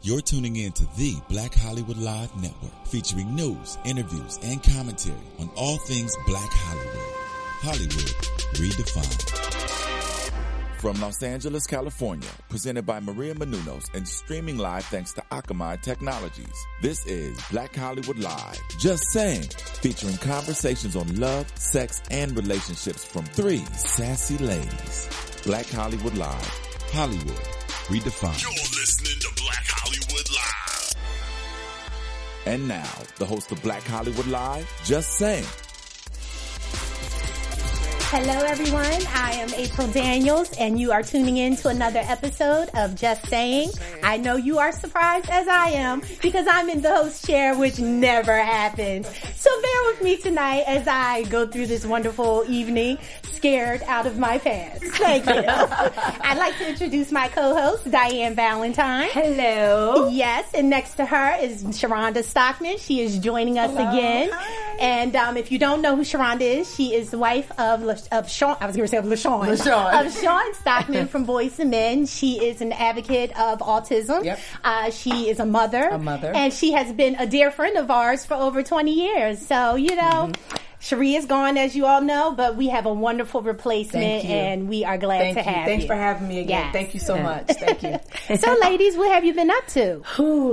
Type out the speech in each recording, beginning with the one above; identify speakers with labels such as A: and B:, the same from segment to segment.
A: You're tuning in to the Black Hollywood Live Network, featuring news, interviews, and commentary on all things Black Hollywood. Hollywood redefined. From Los Angeles, California, presented by Maria Menunos and streaming live thanks to Akamai Technologies. This is Black Hollywood Live. Just saying, featuring conversations on love, sex, and relationships from three sassy ladies. Black Hollywood Live. Hollywood redefined.
B: You're listening to Black Hollywood Live.
A: And now, the host of Black Hollywood Live, Just Saying.
C: Hello, everyone. I am April Daniels, and you are tuning in to another episode of Just Saying. I know you are surprised as I am because I'm in the host chair, which never happens. So bear with me tonight as I go through this wonderful evening scared out of my pants. Thank you. I'd like to introduce my co-host, Diane Valentine.
D: Hello.
C: Yes, and next to her is Sharonda Stockman. She is joining us
D: Hello.
C: again.
D: Hi.
C: And um, if you don't know who Sharonda is, she is the wife of La- of Sean. I was going to say of LaShawn.
D: LaShawn.
C: Of Sean Stockman from Boys and Men. She is an advocate of autism.
D: Yep.
C: Uh, she is a mother.
D: A mother.
C: And she has been a dear friend of ours for over 20 years. So, you know. Cherie is gone, as you all know, but we have a wonderful replacement,
D: Thank you.
C: and we are glad
D: Thank
C: to
D: you.
C: have
D: Thanks
C: you.
D: for having me again.
C: Yes.
D: Thank you so much. Thank you.
C: so, ladies, what have you been up to?
E: Oh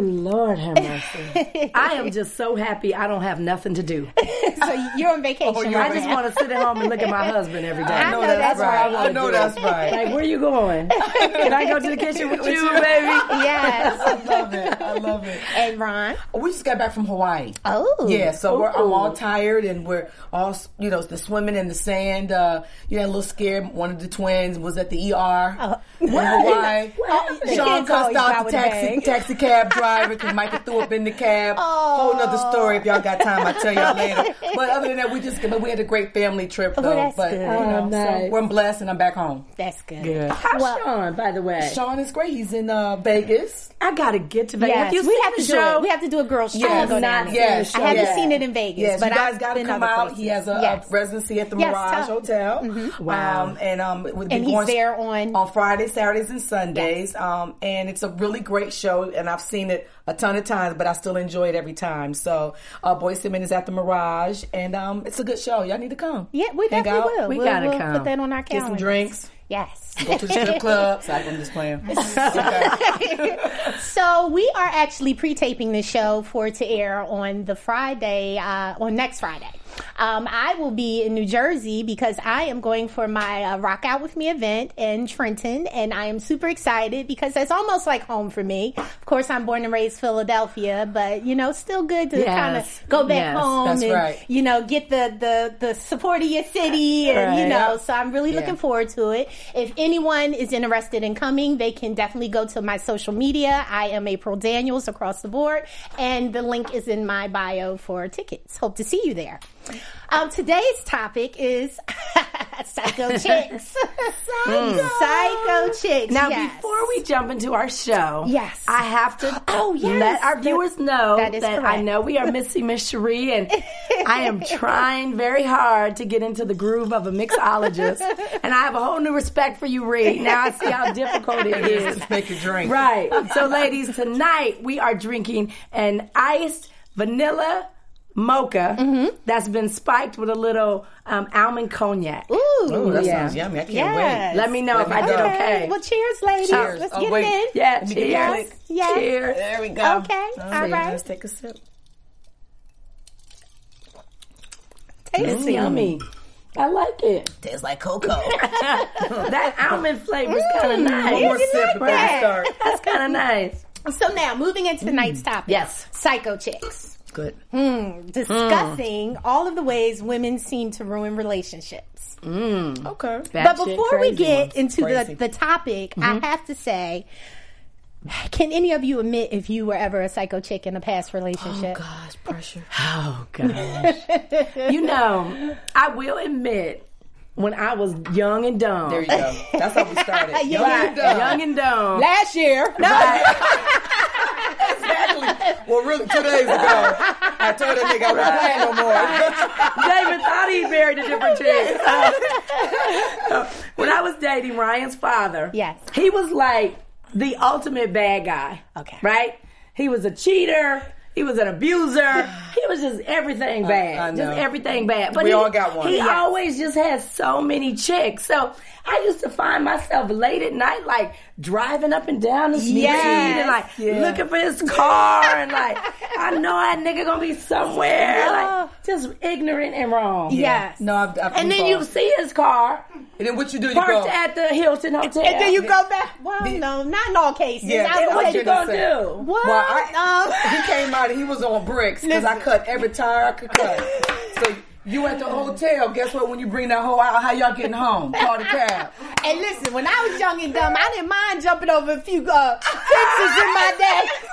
E: Lord have mercy. I am just so happy I don't have nothing to do.
C: So Oh, you're on vacation.
D: you're
C: right
E: I just
C: now.
E: want to sit at home and look at my husband every day.
C: I know that's right.
D: I know that's right.
E: Like, where you going? Can I go to the kitchen with you, baby?
C: Yes.
D: I love it. I love it.
C: and Ron.
D: We just got back from Hawaii.
C: Oh.
D: Yeah, so we're I'm all
E: Ooh.
D: tired and we're all you know the swimming in the sand. Uh, you know, a little scared. One of the twins was at the ER in Hawaii.
C: Oh. What? The
D: Sean
C: kids always
D: cussed out
C: got
D: the
C: with
D: taxi
C: bang.
D: taxi cab driver because Michael threw up in the cab.
C: Oh.
D: Whole nother story if y'all got time. I will tell y'all later. But other than that, we just but we had a great family trip though.
C: that's
D: but
C: good.
D: you
C: Oh,
D: know, so
E: nice.
D: we're blessed and I'm back home.
C: That's good.
E: How's
C: Well-
E: Sean, by the way?
D: Sean is great. He's in uh, Vegas.
E: I gotta get to Vegas.
C: Yes,
E: Have you
C: we
E: seen
C: have
E: the
C: to do
E: show?
C: it. We have to do a girl show.
E: I have
C: Go down there.
E: not seen
D: Yes,
E: the
C: I haven't
E: show.
C: seen it in Vegas,
D: Yes,
C: but
D: you guys
C: I've
D: got to
C: been
D: come
C: other
D: out.
C: places.
D: He has a, a
C: Yes.
D: residency at the
C: Yes,
D: Mirage
C: tell- Mm-hmm.
D: Hotel. Wow, um, and um, it would be
C: And he's
D: going-
C: there on-
D: on Fridays, Saturdays, and Sundays. Um, and it's a really great show, and I've seen it a ton of times, but I still enjoy it every time. So, uh, Boy Simmons is at the Mirage, and um, it's a good show. Y'all need to come.
C: Yeah, we
D: Hang
C: definitely
D: out,
C: will.
E: We
C: We'll-
E: gotta
C: we'll
E: come.
C: Put that on our
D: Get some
C: calendar.
D: drinks.
C: Yes.
D: Go to the strip club. Sorry, I'm just playing. Okay.
C: So we are actually pre-taping the show for to air on the Friday, uh, on next Friday. Um, I will be in New Jersey because I am going for my uh, Rock Out With Me event in Trenton, and I am super excited because it's almost like home for me. Of course, I'm born and raised Philadelphia, but you know, still good to
E: Yes.
C: kind of go back
E: Yes,
C: home
D: that's
C: and
D: right.
C: you know get the the the support of your city, and you
E: Right.
C: know, so I'm really looking forward to it. If anyone is interested in coming, they can definitely go to my social media. I am April Daniels across the board, and the link is in my bio for tickets. Hope to see you there. Um, today's topic is psycho chicks. psycho. psycho chicks.
E: Hmm. Now,
C: yes.
E: before we jump into our show,
C: Yes.
E: I have to
C: Oh, yes.
E: let our
C: That-
E: viewers know
C: that is
E: I
C: correct.
E: know we are missing Miss Cherie, and I am trying very hard to get into the groove of a mixologist. and I have a whole new respect for you, Reed. Now I see how difficult it is.
D: Make a drink.
E: Right. So, ladies, tonight we are drinking an iced vanilla mocha
C: Mm-hmm.
E: that's been spiked with a little um, almond cognac.
C: Ooh.
D: Ooh, that
E: Yeah.
D: sounds yummy. I can't
C: Yes.
D: wait.
E: Let me know
D: Let
E: if
D: me
E: I did
D: know.
E: okay.
C: Well, cheers, ladies.
D: Cheers.
C: Let's
D: Oh,
C: get
D: wait.
C: it in.
E: Yeah,
D: Let me get my
E: cheers.
D: lick.
C: Yes.
E: Cheers.
D: There we go.
C: Okay, all
D: right.
C: right.
D: Let's take a sip.
E: It's yummy. I like it.
D: Mm. Tastes like cocoa. Mm.
E: That almond flavor is kind of
C: One more
E: nice.
C: sip like
D: before we
C: that?
D: start.
E: That's kind of nice.
C: So now, moving into tonight's topic.
E: Hmm. Yes.
C: Psycho chicks. Mm,
D: Good.
C: discussing all of the ways women seem to ruin relationships.
D: Okay.
C: But before we get into
D: Mm. Crazy. Mm-hmm.
C: the, the topic, I have to say, can any of you admit if you were ever a psycho chick in a past
D: Oh,
C: relationship?
D: Gosh, pressure.
E: Oh gosh. you know, I will admit when I was young and dumb.
D: There you go. That's how we started.
C: Yeah.
D: Young and dumb.
E: Young and dumb.
C: Last year. No.
D: Exactly. Well, really, two days ago, I told that nigga I wasn't playing no more.
E: David thought he married a different chick. Uh, So, when I was dating Ryan's father,
C: Yes.
E: he was like, the ultimate bad guy.
C: Okay.
E: Right? He was a cheater. He was an abuser. He was just everything bad.
D: I know.
E: Just everything bad. But
D: We
E: he,
D: all got one.
E: He
D: Yeah.
E: always just had so many chicks. So I used to find myself late at night, like driving up and down the street
C: Yes.
E: and like
D: Yeah.
E: looking for his car and like I know that nigga gonna be somewhere.
C: Yeah.
E: Like just ignorant and wrong.
C: Yes.
D: No, I've, I've
E: And then you see his car
D: And then what you do? You
E: parked
D: go.
E: at the Hilton Hotel.
C: And then you go back. Well,
D: Did-
C: no, not in all cases.
D: Yeah,
C: I
D: it
C: would
D: was
E: what
C: say-
E: you gonna do?
C: What?
D: Well, I,
C: Um,
D: he came out. He was on bricks because I
C: Listen.
D: cut every tire I could cut. So you at the hotel. Guess what? When you bring that hoe out, how y'all getting home? Call the cab.
C: and listen, when I was young and dumb, I didn't mind jumping over a few uh, fences in my day.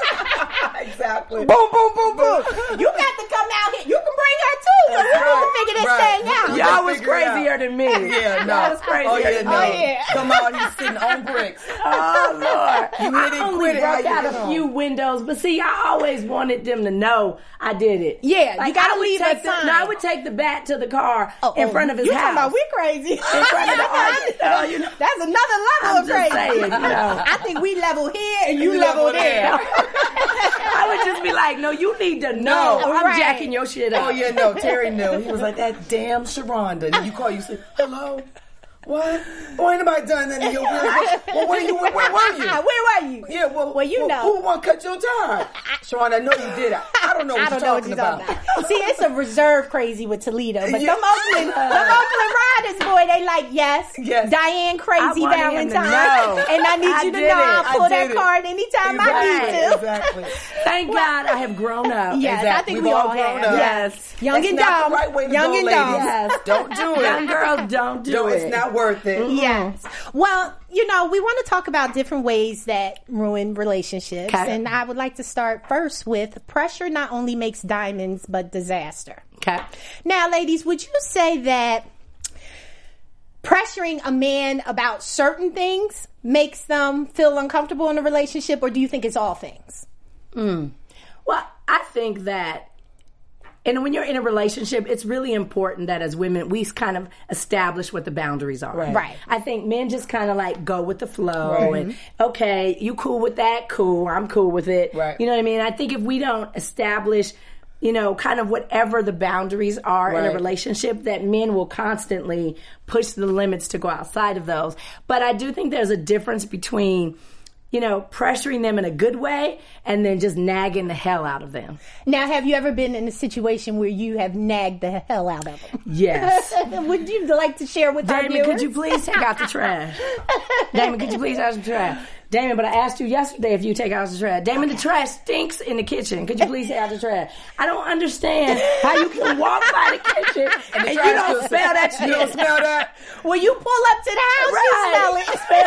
D: Exactly.
C: boom, boom, boom, boom. You got to come out here. You can bring her too, so we have to
D: Right,
C: figure this
D: right.
C: thing out.
E: Y'all was
D: Figure it out.
E: crazier than me.
D: Yeah, no.
E: Y'all was crazier
D: Oh yeah,
E: than
D: no.
E: me.
C: Oh, yeah.
D: Come out. He's sitting on bricks.
E: Oh Lord!
D: You hit it,
E: I only
D: quit it, how
E: broke
D: you
E: out
D: get
E: a
D: home?
E: few windows, but see, I always wanted them to know I did it.
C: Yeah, you gotta
E: I would
C: leave
E: take
C: a
E: the-
C: sign.
E: No, I would take the bat to the car
C: Oh,
E: in
C: oh,
E: front of his
C: you
E: house.
C: talking about we crazy? In
E: front of the audience. Oh, you know.
C: That's another level
E: I'm
C: of
E: just
C: crazy.
E: saying, you know.
C: I think we level here and you
D: You
C: level,
D: level
C: there.
D: there.
E: I would just be like, "No, you need to know.
C: No,
E: I'm
C: right.
E: jacking your shit up."
D: Oh yeah, no. Terry knew. He was like that damn Sharonda. And then you call. You say hello. What? Why ain't nobody done that in your real Well, where you? Where, where were you?
C: Ah, Where were you?
D: Yeah, well,
C: Well, you know.
D: who won't cut your tire, Sharon? I know you did. I, I don't know what you're talking about.
C: See, it's a reserve crazy with Toledo, but
D: Yeah.
C: them Oakland, them Oakland Riders, boy, they like yes,
D: Yes.
C: Diane Crazy
E: I want him
C: Valentine,
E: to know.
C: and I need
E: I
C: you to know
E: did it.
D: I
C: I'll pull that
D: did it.
C: card anytime I need
D: Right,
C: to.
D: Exactly.
E: Thank God I have grown up.
C: Yes, I
D: Exactly.
C: think we
D: We've
C: all,
D: all grown
C: have.
D: up.
C: Yes, young
D: That's
C: and
D: not
C: dumb,
D: the right way to
C: young
D: go,
C: and
D: ladies.
C: dumb.
E: Yes.
D: Um, Don't do it.
E: Young girls don't do
D: No,
E: it.
D: it's not worth it.
C: Yes. Well, you know, we want to talk about different ways that ruin relationships.
E: Okay.
C: And I would like to start first with pressure not only makes diamonds, but disaster.
E: Okay.
C: Now, ladies, would you say that pressuring a man about certain things makes them feel uncomfortable in a relationship, or do you think it's all things?
E: Well, I think that, and when you're in a relationship, it's really important that as women, we kind of establish what the boundaries are. Right.
C: Right.
E: I think men just kind of like go with the flow and, okay, you cool with that? Cool. I'm cool with it.
D: Right.
E: You know what I mean? I think if we don't establish, you know, kind of whatever the boundaries are in a
D: Right.
E: relationship, that men will constantly push the limits to go outside of those. But I do think there's a difference between, you know, pressuring them in a good way and then just nagging the hell out of them.
C: Now, have you ever been in a situation where you have nagged the hell out of them?
E: Yes.
C: would you like to share with our
E: Damon,
C: viewers?
E: could you please take out the trash? Damon, could you please take out the trash? Damon, but I asked you yesterday if you take out the trash. Damon, the trash stinks in the kitchen. Could you please take out the trash? I don't understand how you can walk by the kitchen and, you
D: trash
E: don't
D: still-
E: smell that shit.
D: You don't smell that?
C: When you pull up to the house,
E: Right.
C: you smell it.
E: Smell the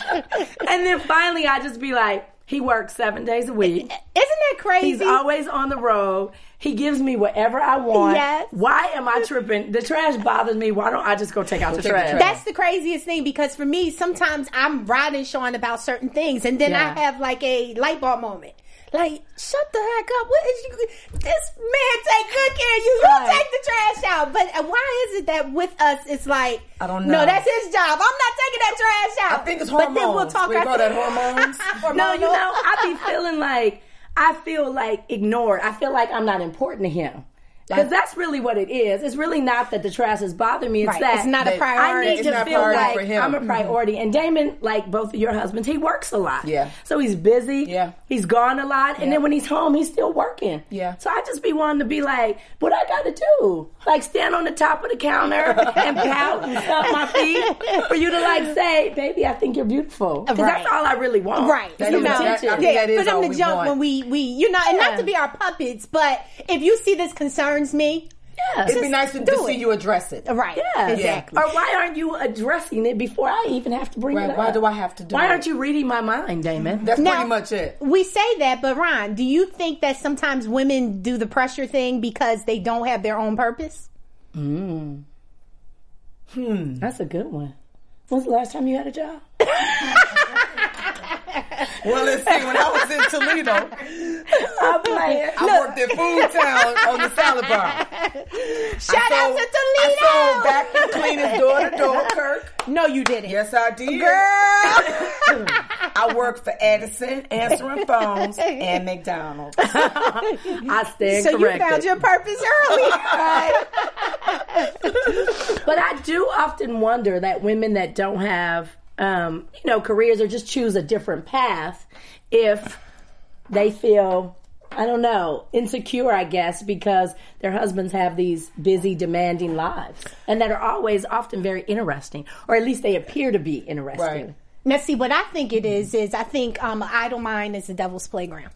E: trash. And then finally, I just be like, he works seven days a week.
C: Isn't that crazy?
E: He's always on the road. He gives me whatever I want.
C: Yes.
E: Why am I tripping? The trash bothers me. Why don't I just go take out the
D: take the
E: trash?
D: trash.
C: That's the craziest thing because for me, sometimes I'm riding Sean about certain things, and then
E: Yeah.
C: I have like a light bulb moment. Like, shut the heck up! What is you? This man take good care of you. You
E: Right.
C: take the trash out. But uh, why is it that with us, it's like
D: I don't
C: No,
D: know.
C: that's his job. I'm not taking that trash out.
D: I think it's
C: But then we'll
D: hormones.
C: talk.
D: We call that hormones?
C: hormones.
E: No, you know, I be feeling like I feel like ignored. I feel like I'm not important to him. Because that's really what it is. It's really not that the trash is bothering me. It's
C: Right.
E: that
C: It's not a
E: that
C: priority.
E: I need
D: It's
E: to
D: not a
E: feel
D: priority
E: like
D: for him. Mm-hmm.
E: I'm a priority. And Damon, like both of your husbands, he works a lot.
D: Yeah.
E: So he's busy.
D: Yeah.
E: He's gone a lot. And then when he's home, he's still working.
D: Yeah.
E: So I just be wanting to be like, what I gotta do? Like stand on the top of the counter and pout and stuff my feet for you to like say, baby, I think you're beautiful. Because
C: Right.
E: that's all I really want.
C: Right.
D: That
E: you
D: is
E: know,
D: exact- I think
C: yeah,
D: that is
C: for them
D: all
C: to
D: we
C: jump
D: want.
C: when we, we, you know, and
E: Yeah.
C: not to be our puppets, but if you see this concerns me,
E: Yes.
D: It'd be nice to, to
C: do
D: see
C: it.
D: you address it.
C: right.
E: Yeah.
C: Exactly.
E: Or why aren't you addressing it before I even have to bring
D: Right,
E: it up?
D: why do I have to do
E: Why
D: it?
E: aren't you reading my mind, Damon?
D: That's
C: Now-
D: pretty much it.
C: We say that, but Ron, do you think that sometimes women do the pressure thing because they don't have their own purpose?
E: That's a good one. When's the last time you had a job?
D: Well, let's see. When I was in Toledo,
E: I'm like,
D: I worked at Food Town on the salad bar.
C: Shout out to
D: I
C: Toledo.
D: sold back the cleaners door to door, Kirk.
C: No, you didn't.
D: Yes, I did.
C: Girl.
D: I worked for Edison, answering phones, and McDonald's.
E: I stand
C: So you
E: corrected.
C: found your purpose early.
E: But I do often wonder that women that don't have, um, you know, careers or just choose a different path, if they feel, I don't know, insecure, I guess, because their husbands have these busy, demanding lives and that are always often very interesting, or at least they appear to be interesting.
D: Right.
C: now, see, what I think it is, is I think um, idle mind is the devil's playground.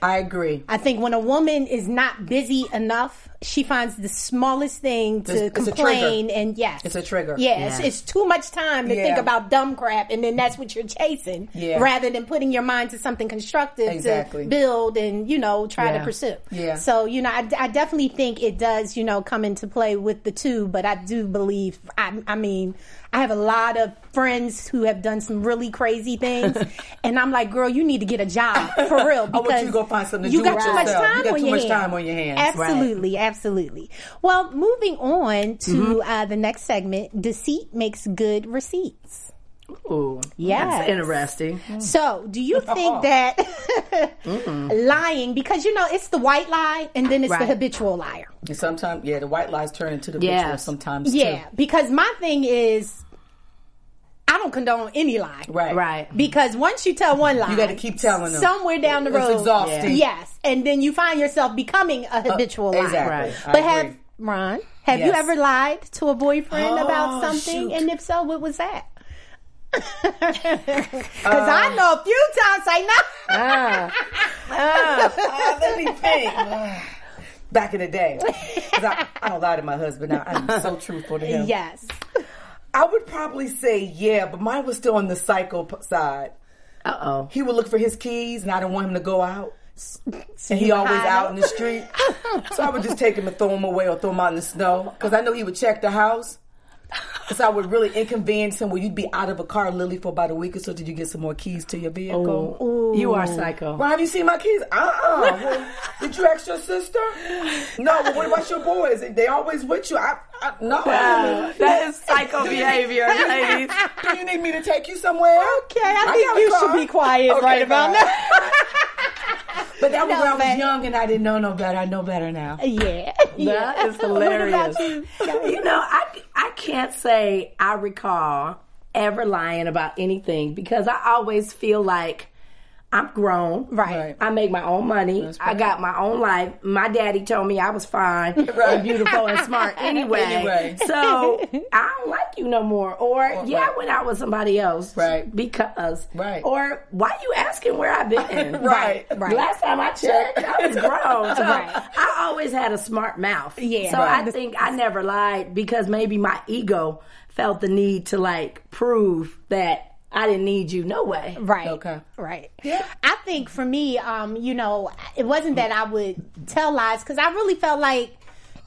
D: I agree.
C: I think when a woman is not busy enough, she finds the smallest thing to
D: It's- it's a
C: complain
D: trigger.
C: and yes.
D: It's a trigger.
C: Yeah, It's,
E: Yeah.
C: it's too much time to
D: Yeah.
C: think about dumb crap and then that's what you're chasing
D: Yeah.
C: rather than putting your mind to something constructive
D: Exactly.
C: to build and, you know, try to
E: Yeah.
C: pursue.
D: Yeah.
C: So, you know, I, I definitely think it does, you know, come into play with the two, but I do believe, I, I mean, I have a lot of friends who have done some really crazy things and I'm like, girl, you need to get a job for real
D: I
C: because
D: want you to go find something to
C: you
D: do
C: got
D: with
C: too much
D: yourself.
C: time
D: You got
C: on
D: too
C: your
D: much
C: hands.
D: time on your hands.
C: Absolutely, absolutely. Well, moving on to
D: Mm-hmm.
C: uh, the next segment, deceit makes good receipts.
E: Ooh.
C: Yes.
E: That's interesting.
D: Mm.
C: So, do you think that lying, because you know it's the white lie, and then it's the
E: Right.
C: habitual liar.
D: And sometimes, yeah, the white lies turn into the
E: Yeah.
D: ritual sometimes
C: Yeah, because my thing is, I don't condone any lie.
D: too. Right.
E: Right.
C: Because once you tell one lie,
D: You got to keep telling them.
C: somewhere down the road,
D: It's exhausting. Uh,
C: yes, and then you find yourself becoming a habitual liar.
D: Exactly.
E: Right.
D: I
C: But
D: agree.
C: have Ron, have you
D: Yes.
C: ever lied to a boyfriend about
D: Oh,
C: something?
D: shoot.
C: And if so, what was that? Because
D: Uh,
C: I know a few times I know.
D: Ah, let me think. Back in the day, 'Cause I, I don't lie to my husband. I, I'm so truthful to him.
C: Yes.
D: I would probably say yeah, but mine was still on the psycho p- side.
E: Uh oh.
D: He would look for his keys, and I didn't want him to go out.
C: So
D: He
C: you
D: always
C: hide
D: out
C: it?
D: in the street, so I would just take him and throw him away or throw him out in the snow because I know he would check the house. So I would really inconvenience him. Well, you'd be out of a car, Lily, for about a week or so. Did you get some more keys to your
C: Oh,
D: vehicle?
E: You are psycho.
D: Well, have you seen my kids? Uh uh Did you ask your sister? No, but what about your boys? They- They always with you. I, I no.
E: That is psycho behavior, ladies.
D: Do you need me to take you somewhere?
C: Okay, I think
D: got a
C: you
D: car.
C: should be quiet
D: Okay,
C: right about
D: bye.
C: now.
D: But that was
C: No,
D: when I
C: but-
D: was young and I didn't know no better. I know better now.
C: Yeah.
E: That
C: yeah.
E: is hilarious.
C: What about you?
E: you know, I, I can't say I recall ever lying about anything because I always feel like I'm grown.
C: Right.
D: Right.
E: I make my own money. I got my own life. My daddy told me I was fine and beautiful and smart anyway.
D: Anyway.
E: So I don't like you no more. Or, yeah, I went out with somebody else.
D: Right.
E: Because.
D: Right.
E: Or why you asking where I've been?
D: Right,
C: right.
E: Last time I checked, I was grown. So
C: Right.
E: I always had a smart mouth.
C: Yeah.
E: So
C: Right.
E: I think I never lied because maybe my ego felt the need to like prove that I didn't need you. No way.
C: Right.
D: Okay.
C: Right. I think for me, um, you know, it wasn't that I would tell lies because I really felt like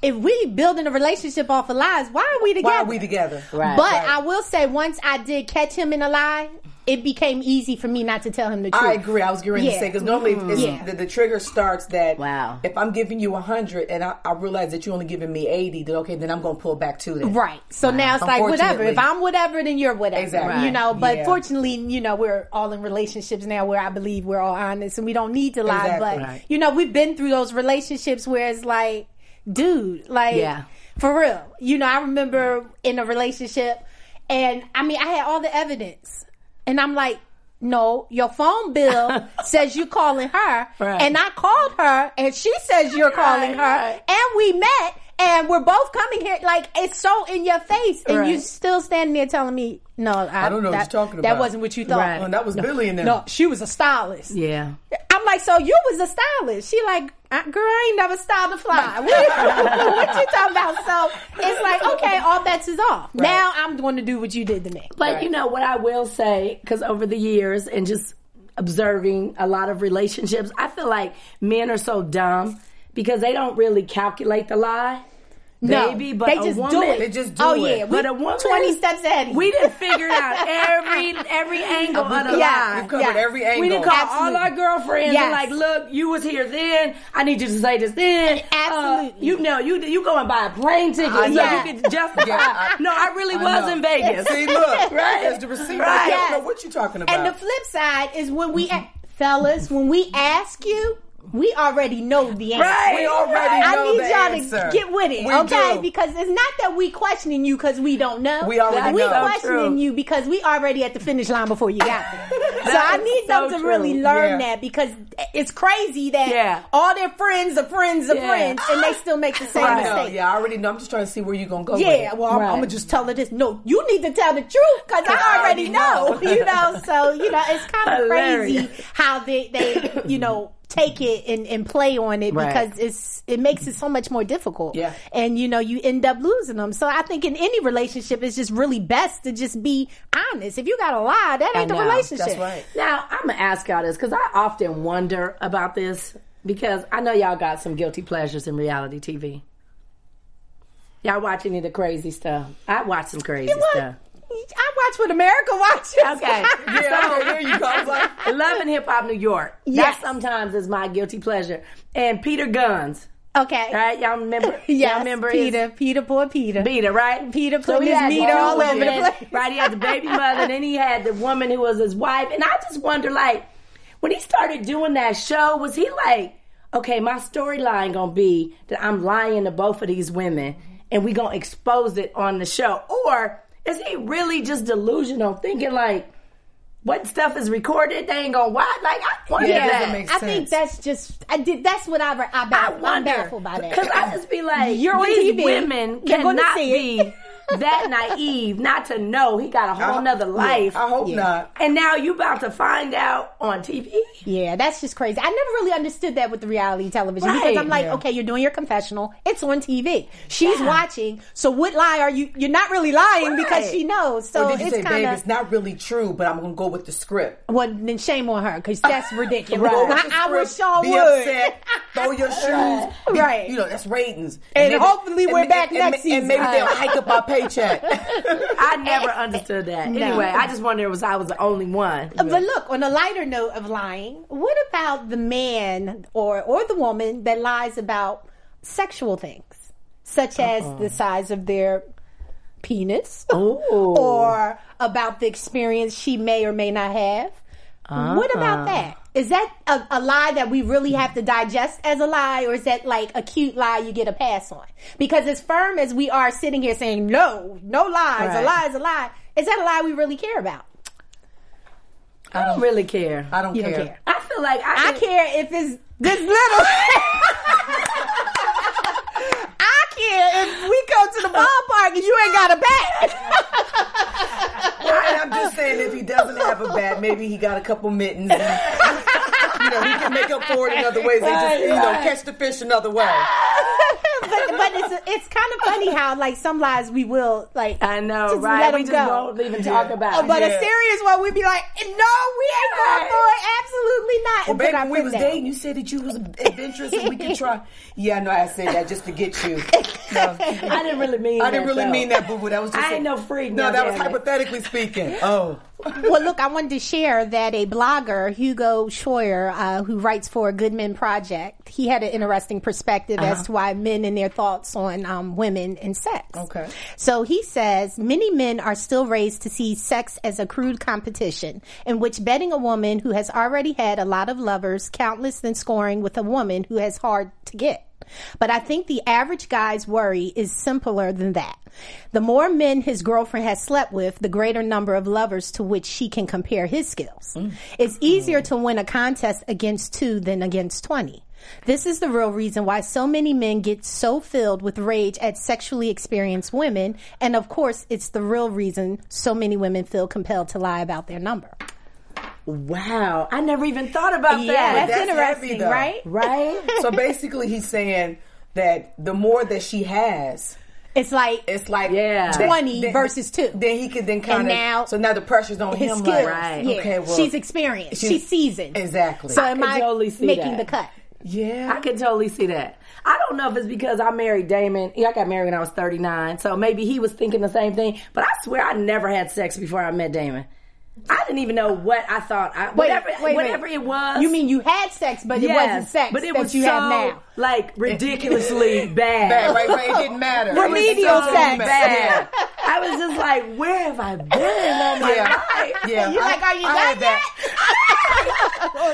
C: if we building a relationship off of lies, why are we together?
D: Why are we together?
E: Right.
C: But I will say, once I did catch him in a lie, it became easy for me not to tell him the truth.
D: I agree. I was getting ready
C: Yeah. Mm-hmm.
D: to say because normally it's,
C: Yeah.
D: the, the trigger starts that
E: Wow.
D: if I'm giving you hundred and I, I realize that you're only giving me eighty, then okay, then I'm gonna pull back to that.
C: Right. So now it's like whatever.
D: Unfortunately.
C: If I'm whatever, then you're whatever.
D: Exactly.
C: You know. But
D: Yeah.
C: fortunately, you know, we're all in relationships now where I believe we're all honest and we don't need to lie.
D: Exactly.
C: But
E: Right.
C: you know, we've been through those relationships where it's like, dude, like,
E: Yeah.
C: for real. You know, I remember in a relationship, and I mean, I had all the evidence, and I'm like. No, your phone bill says you're calling her,
E: Right.
C: and I called her, and she says you're calling her,
E: right.
C: and we met and we're both coming here like it's so in your face and you
E: Right.
C: still standing there telling me no i,
D: I don't know what
C: that-
D: you're talking
C: that
D: about.
C: wasn't what you thought
E: Right.
D: And that was Billy in there.
C: no she was a stylist
E: Yeah.
C: i'm like so you was a stylist she like "Uh, girl i ain't never styled a fly what, what you talking about so it's like okay all bets is off now i'm going to do what you did to me
E: But you know what I will say, because over the years and just observing a lot of relationships, I feel like men are so dumb because they don't really calculate the lie.
C: No,
E: baby, but
C: they
E: a
C: just
E: woman-
C: do it.
D: They just do
C: oh,
D: it.
C: yeah, we,
E: But a woman,
C: twenty steps ahead. of
E: We
C: you.
E: didn't figure out every every angle of the
C: Yeah,
E: lie.
D: We've covered
C: yeah.
D: every
C: We
D: angle.
E: We didn't call all
C: Absolutely.
E: our girlfriends
C: Yes.
E: and like, look, you was here then. I need you to say this then. Uh,
C: Absolutely.
E: you know, you you go and buy a plane ticket.
D: I
E: so
C: know.
E: you could justify.
D: Yeah, I-
E: no, I really
D: I
E: was
D: know.
E: in Vegas.
D: See, look,
E: Right.
D: right? There's the receiver.
E: Right.
D: I
C: Yes.
D: don't know what you're talking about.
C: And the flip side is when we, a- fellas, when we ask you, we already know the answer.
E: Right.
D: We already
C: I
D: know
C: need
D: the
C: y'all
D: answer.
C: to get with it,
D: We
C: okay?
D: do.
C: Because it's not that we questioning you because we don't know.
D: We already
C: we
D: know. That's so
C: questioning
E: true.
C: you because we already at the finish line before you got there. so
E: That
C: I
E: is
C: need
E: so
C: them to
E: true.
C: really learn
D: Yeah.
C: that because it's crazy that
E: Yeah.
C: all their friends are friends of
E: Yeah.
C: friends and they still make the same
E: I
D: I know,
C: mistake.
D: yeah, I already know. I'm just trying to see where you're gonna go. with
C: Yeah,
D: it.
C: well, I'm,
E: Right.
C: I'm gonna just tell her this. No, you need to tell the truth because I already know. You know, so you know, it's kind of crazy
E: Hilarious.
C: how they, they you know take it and, and play on it
E: Right.
C: because it's it makes it so much more difficult.
D: Yeah.
C: and you know, you end up losing them. So I think in any relationship, it's just really best to just be honest. If you got to lie, that ain't the
E: know.
C: relationship.
D: That's right.
E: Now, I'm going to ask y'all this because I often wonder about this because I know y'all got some guilty pleasures in reality TV. Y'all watch any of the crazy stuff? I watch some crazy
C: What?
E: stuff.
C: I watch what America watches.
E: Okay.
D: Yeah, oh, there you go. I was like,
E: Love and Hip Hop New York.
C: Yes.
E: That sometimes is my guilty pleasure. And Peter Guns,
C: okay.
E: right? Y'all remember?
C: Yes,
E: Y'all remember his-
C: Peter, Peter, poor Peter.
E: Peter, right?
C: Peter
E: So
C: put
E: he
C: his
E: had
C: meat
E: two
C: all over the
E: women,
C: place.
E: Right, he had the baby mother, and then he had the woman who was his wife. And I just wonder, like, when he started doing that show, was he like, okay, my storyline gonna be that I'm lying to both of these women, and we gonna expose it on the show, or is he really just delusional, thinking like, what stuff is recorded, they ain't gonna watch? Like, I wonder
D: Yeah, it doesn't
E: that.
D: make
C: I think
D: sense.
C: that's just I did. That's what I re- I,
E: I
C: baff, I'm
E: wonder
C: baffled by that.
E: because I just be like,
C: You're on
E: these
C: TV.
E: women
C: You're gonna
E: cannot
C: see it.
E: be that naive not to know he got a whole nother life,
D: I hope not.
E: and now you about to find out on TV.
C: yeah, that's just crazy. I never really understood that with the reality television because
E: Right.
C: I'm like,
D: Yeah.
C: okay, you're doing your confessional. It's on TV. She's watching. So what lie are you? You're not really lying because
E: Right.
C: she knows. So
D: Or did you
C: it's
D: say, babe,
C: kind
D: it's
C: of.
D: not really true, but I'm gonna go with the script.
C: Well, then shame on her because that's ridiculous.
D: Go with
C: I,
D: the
C: I
D: script,
C: wish y'all
D: be
C: would.
D: Upset, throw your shoes.
C: Right.
D: You know, that's ratings.
C: And hopefully we're back
D: and,
C: next
D: and, And maybe
C: season.
D: they'll hike up our paycheck.
E: I never understood that.
C: No.
E: Anyway, I just wondered was I was the only one.
C: Uh, But look, on a lighter note of lying, what about the man or or the woman that lies about sexual things, such as the size of their penis, or about the experience she may or may not have? What about that? Is that a, a lie that we really have to digest as a lie, or is that like a cute lie you get a pass on? Because as firm as we are sitting here saying no, no lies, a
E: Right.
C: lie is a lie, is that a lie we really care about?
E: I don't really care.
D: I don't
C: You
D: care.
C: don't care.
E: I feel like I,
C: I care if it's this little. I care if we go to the ballpark and you ain't got a bat.
D: And I'm just saying, if he doesn't have a bat, maybe he got a couple mittens. And, you know, he can make up for it in other ways. They just, you know, catch the fish another way.
C: but but it's it's kind of funny how like some lies we will like.
E: I know,
C: Just
E: right?
C: let
E: we
C: him go.
E: just
C: Oh,
E: won't even talk about it.
C: But
D: Yeah.
C: a serious one, we'd be like, no, we ain't going for it. Absolutely not.
D: Well,
C: But
D: baby,
C: I
D: when we
C: put
D: was
C: that.
D: dating, you said that you was adventurous and we could try. Yeah, no, I said that just to get you. No,
E: I didn't really mean.
D: I didn't
E: that,
D: really
E: though.
D: mean that, boo boo. That was just.
E: I
D: a-
E: ain't no freak.
D: No,
E: now,
D: that was
E: damn it.
D: hypothetically speaking. Oh,
C: well, look, I wanted to share that a blogger, Hugo Scheuer, uh, who writes for Good Men Project, he had an interesting perspective as to why men and their thoughts on um, women and sex.
D: Okay.
C: So he says many men are still raised to see sex as a crude competition in which betting a woman who has already had a lot of lovers countless than scoring with a woman who has hard to get. But I think the average guy's worry is simpler than that. The more men his girlfriend has slept with, the greater number of lovers to which she can compare his skills. It's easier to win a contest against two than against 20. This is the real reason why so many men get so filled with rage at sexually experienced women. And of course, it's the real reason so many women feel compelled to lie about their number.
E: Wow, I never even thought about
C: yeah,
E: that.
C: that's,
D: that's
C: interesting,
D: heavy, though.
C: right?
E: right.
D: so basically, he's saying that the more that she has,
C: It's like
D: it's like
E: Yeah.
D: that-
C: 20
D: then-
C: versus two.
D: Then he could then kind
C: now-
D: of. So now the pressure's on
C: his
D: him.
C: skills.
D: Like,
E: Right.
C: Yeah.
D: Okay. Well,
C: she's experienced. She's,
D: she's-
C: seasoned.
D: Exactly.
C: So
D: I
C: am
E: could
C: I
E: totally see
C: making
E: that.
C: the cut?
D: Yeah.
E: I can totally see that. I don't know if it's because I married Damon. Yeah, I got married when I was 39, so maybe he was thinking the same thing. But I swear I never had sex before I met Damon. I didn't even know what I thought. I, whatever,
C: wait.
E: whatever it was.
C: You mean you had sex, but it
E: Yes,
C: wasn't sex
E: but it
C: that
E: was
C: you
E: so
C: have now.
E: like ridiculously bad.
D: Bad, right, right. It didn't matter. It was
C: Remedial
D: so
C: sex.
D: bad.
E: I was just like, where have I been all my
D: Yeah.
E: life?
D: Yeah.
C: You
D: I-
C: like, are you
D: I
C: done
D: had
C: yet?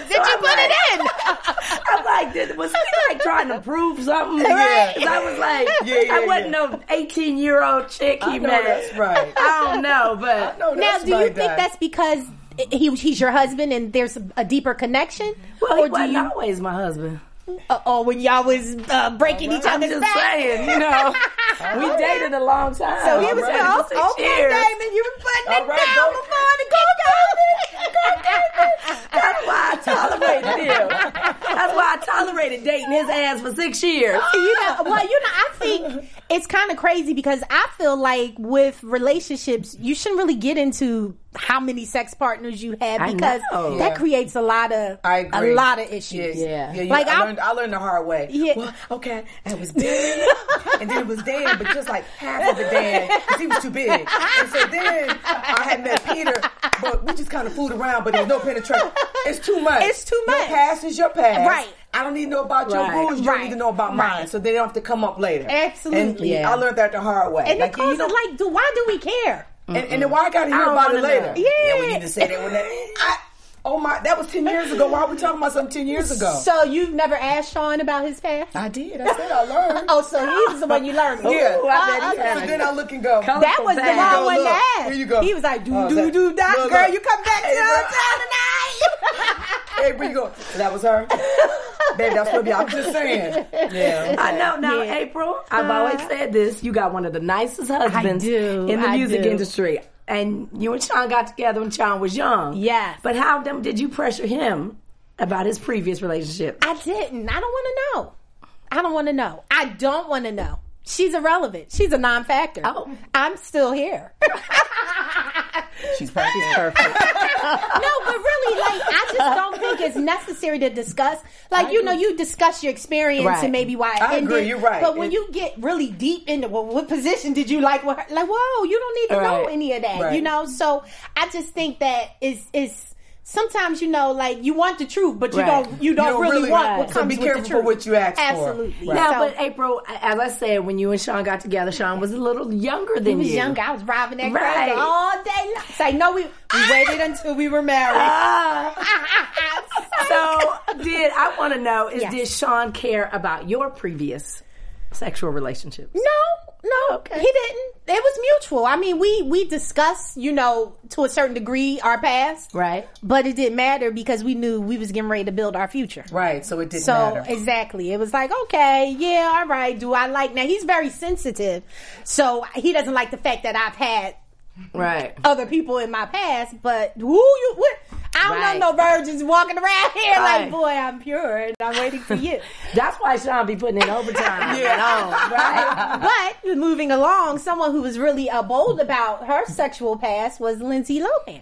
C: Did you put it in?
E: I'm like, did, was he like trying to prove something?
D: Yeah.
E: 'Cause I was like,
D: Yeah, yeah,
E: I wasn't
D: yeah.
E: no 18 year old chick he
D: know
E: met.
D: Oh, that's right.
E: I don't know, but
D: No,
C: Now,
D: that's
C: do you
D: right,
C: think
D: Dad.
C: that's because he he's your husband and there's a deeper connection?
E: well, he
C: or do
E: wasn't
C: you?
E: always my husband.
C: Oh, when y'all was uh, breaking each
E: I'm
C: other's
E: just
C: back.
E: saying, you know, we dated a long time.
C: So he was
E: Dated
C: like, oh,
E: for six
C: okay,
E: years.
C: Damon, you were putting
D: All
C: it
D: right,
C: down
D: go-
C: before the kick off.
E: That's why I tolerated him. That's why I tolerated dating his ass for six years.
C: you know, well, you know, I think it's kind of crazy because I feel like with relationships, you shouldn't really get into how many sex partners you have
E: I
C: because
E: know.
C: that
D: Yeah.
C: creates a lot of
D: I agree.
C: a lot of issues.
E: Yeah.
D: yeah you-
C: Like,
D: I,
C: I-
D: learned, I learned the hard way.
C: Yeah.
D: Well, okay, I was dancing, and then it was Dan, but just like half of the Dan, 'cause he was too big. And so then I had met Peter, but we just kind of fooled around, but there was no penetration. It's too much.
C: It's too much.
D: Your past is your past.
C: Right.
D: I don't need to know about
E: Right.
D: your rules. You don't
C: Right.
D: need to know about mine, so they don't have to come up later.
C: Absolutely.
D: And
E: Yeah.
D: I learned that the hard way.
C: And it
D: yeah, you
C: causes
D: don't-
C: like, do why do we care?
D: and, and then why I got to hear
E: I don't
D: about it
E: wanna
D: later?
E: know.
D: we
C: Yeah.
D: need to say that. When that I, oh my, that was ten years ago. Why are we talking about something ten years ago?
C: So you've never asked Sean about his past?
D: I did. I said I learned.
C: Oh, so he's the one you learned.
D: Yeah.
E: Ooh, I bet he
C: Oh, okay.
E: had
D: So then I look and go.
E: Oh, Come
C: That was the
E: Here you
C: wrong
E: go,
C: one to
D: look.
C: ask.
D: Here you go.
C: He was like, do
D: Oh,
C: do
D: that-
C: do that,
D: look,
C: girl.
D: look.
C: You come back
D: Hey,
C: to
D: look.
C: our town
D: Hey, where you go? That was her. Baby, that's what I'm just saying. Yeah.
E: I know now,
C: Yeah. Uh-huh.
E: April. I've always said this. You got one of the nicest husbands
C: do,
E: in the
C: I
E: music
C: do.
E: industry. And you and Sean got together when Sean was young.
C: Yes.
E: But how them- did you pressure him about his previous relationship?
C: tonight. I didn't. I don't want to know. I don't want to know. I don't want to know. She's irrelevant. She's a non-factor.
E: Oh.
C: I'm still here.
D: She's perfect.
C: no, but really, like, I just don't think it's necessary to discuss. Like, you know, you discuss your experience
E: Right.
C: and maybe why it
D: I
C: ended.
D: agree, you're right.
C: But when
D: It-
C: you get really deep into well, what position did you like? What, like, whoa, you don't need to know
E: Right.
C: any of that,
D: Right.
C: you know. So I just think that is is sometimes you know, like, you want the truth, but you
E: Right.
C: don't you don't,
D: don't
C: really,
D: really-
C: want
D: Right.
C: what
D: So
C: comes
D: be
C: with the
D: careful
C: truth.
D: for what you ask for.
C: Absolutely.
D: Right.
E: Now,
C: So-
E: but April, as I said, when you and Sean got together, Sean was a little younger than
C: I was
E: you.
C: young. I was robbing that
E: Right.
C: cracker all day long. Ah! It's like, no, we, we waited until we were married.
E: Ah. so did I want to know is
C: Yes.
E: did Sean care about your previous sexual relationship?
C: No, no, he didn't. It was mutual. I mean, we we discussed, you know, to a certain degree our past,
E: Right.
C: But it didn't matter because we knew we was getting ready to build our future.
D: Right. So it didn't
C: So
D: matter.
C: exactly, it was like, okay, yeah, all right. Do I like now? He's very sensitive, so he doesn't like the fact that I've had
E: Right.
C: other people in my past. But who you? What? I don't
E: Right.
C: know no virgins walking around here
E: Right.
C: like, boy, I'm pure and I'm waiting for you.
E: That's why Sean be putting in overtime.
D: Yeah.
E: No, right?
C: but moving along, someone who was really uh, bold about her sexual past was Lindsay Lohan.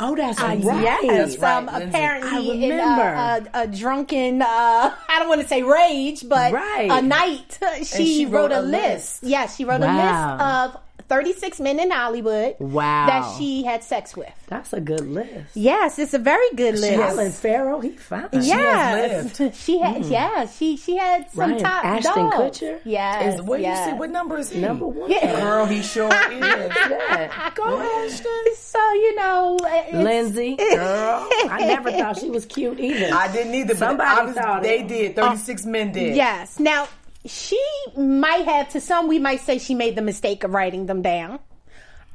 E: Oh, that's
C: Yes,
D: right,
C: um,
D: Lindsay.
C: apparently
E: I
C: in a,
E: remember.
C: a, a drunken, uh, I don't want to say rage, but
E: Right.
C: a night, she,
D: she
C: wrote,
D: wrote
C: a
D: a
C: list. Yeah, she wrote
E: Wow.
C: a list of 36 men in Hollywood
E: Wow.
C: that she had sex with.
E: That's a good list.
C: Yes, it's a very good list.
E: Colin Farrell, he fine.
C: Yes, she, had.
D: Mm.
C: Yeah, she she had some
E: Ryan
C: top
E: Ashton
C: dogs.
E: Kutcher?
C: Yes,
D: Is- what
C: yes.
D: you see? What number is he?
E: Number one.
D: Girl, he sure is.
E: Yeah.
D: Go Ashton.
C: So you know, it's,
E: Lindsay, girl, I never thought she was cute either.
D: I didn't either. But
E: Somebody
D: obviously
E: thought
D: they
E: it. Uh,
D: did. Thirty-six men did.
C: Yes. Now, she might have, to some, we might say she made the mistake of writing them down.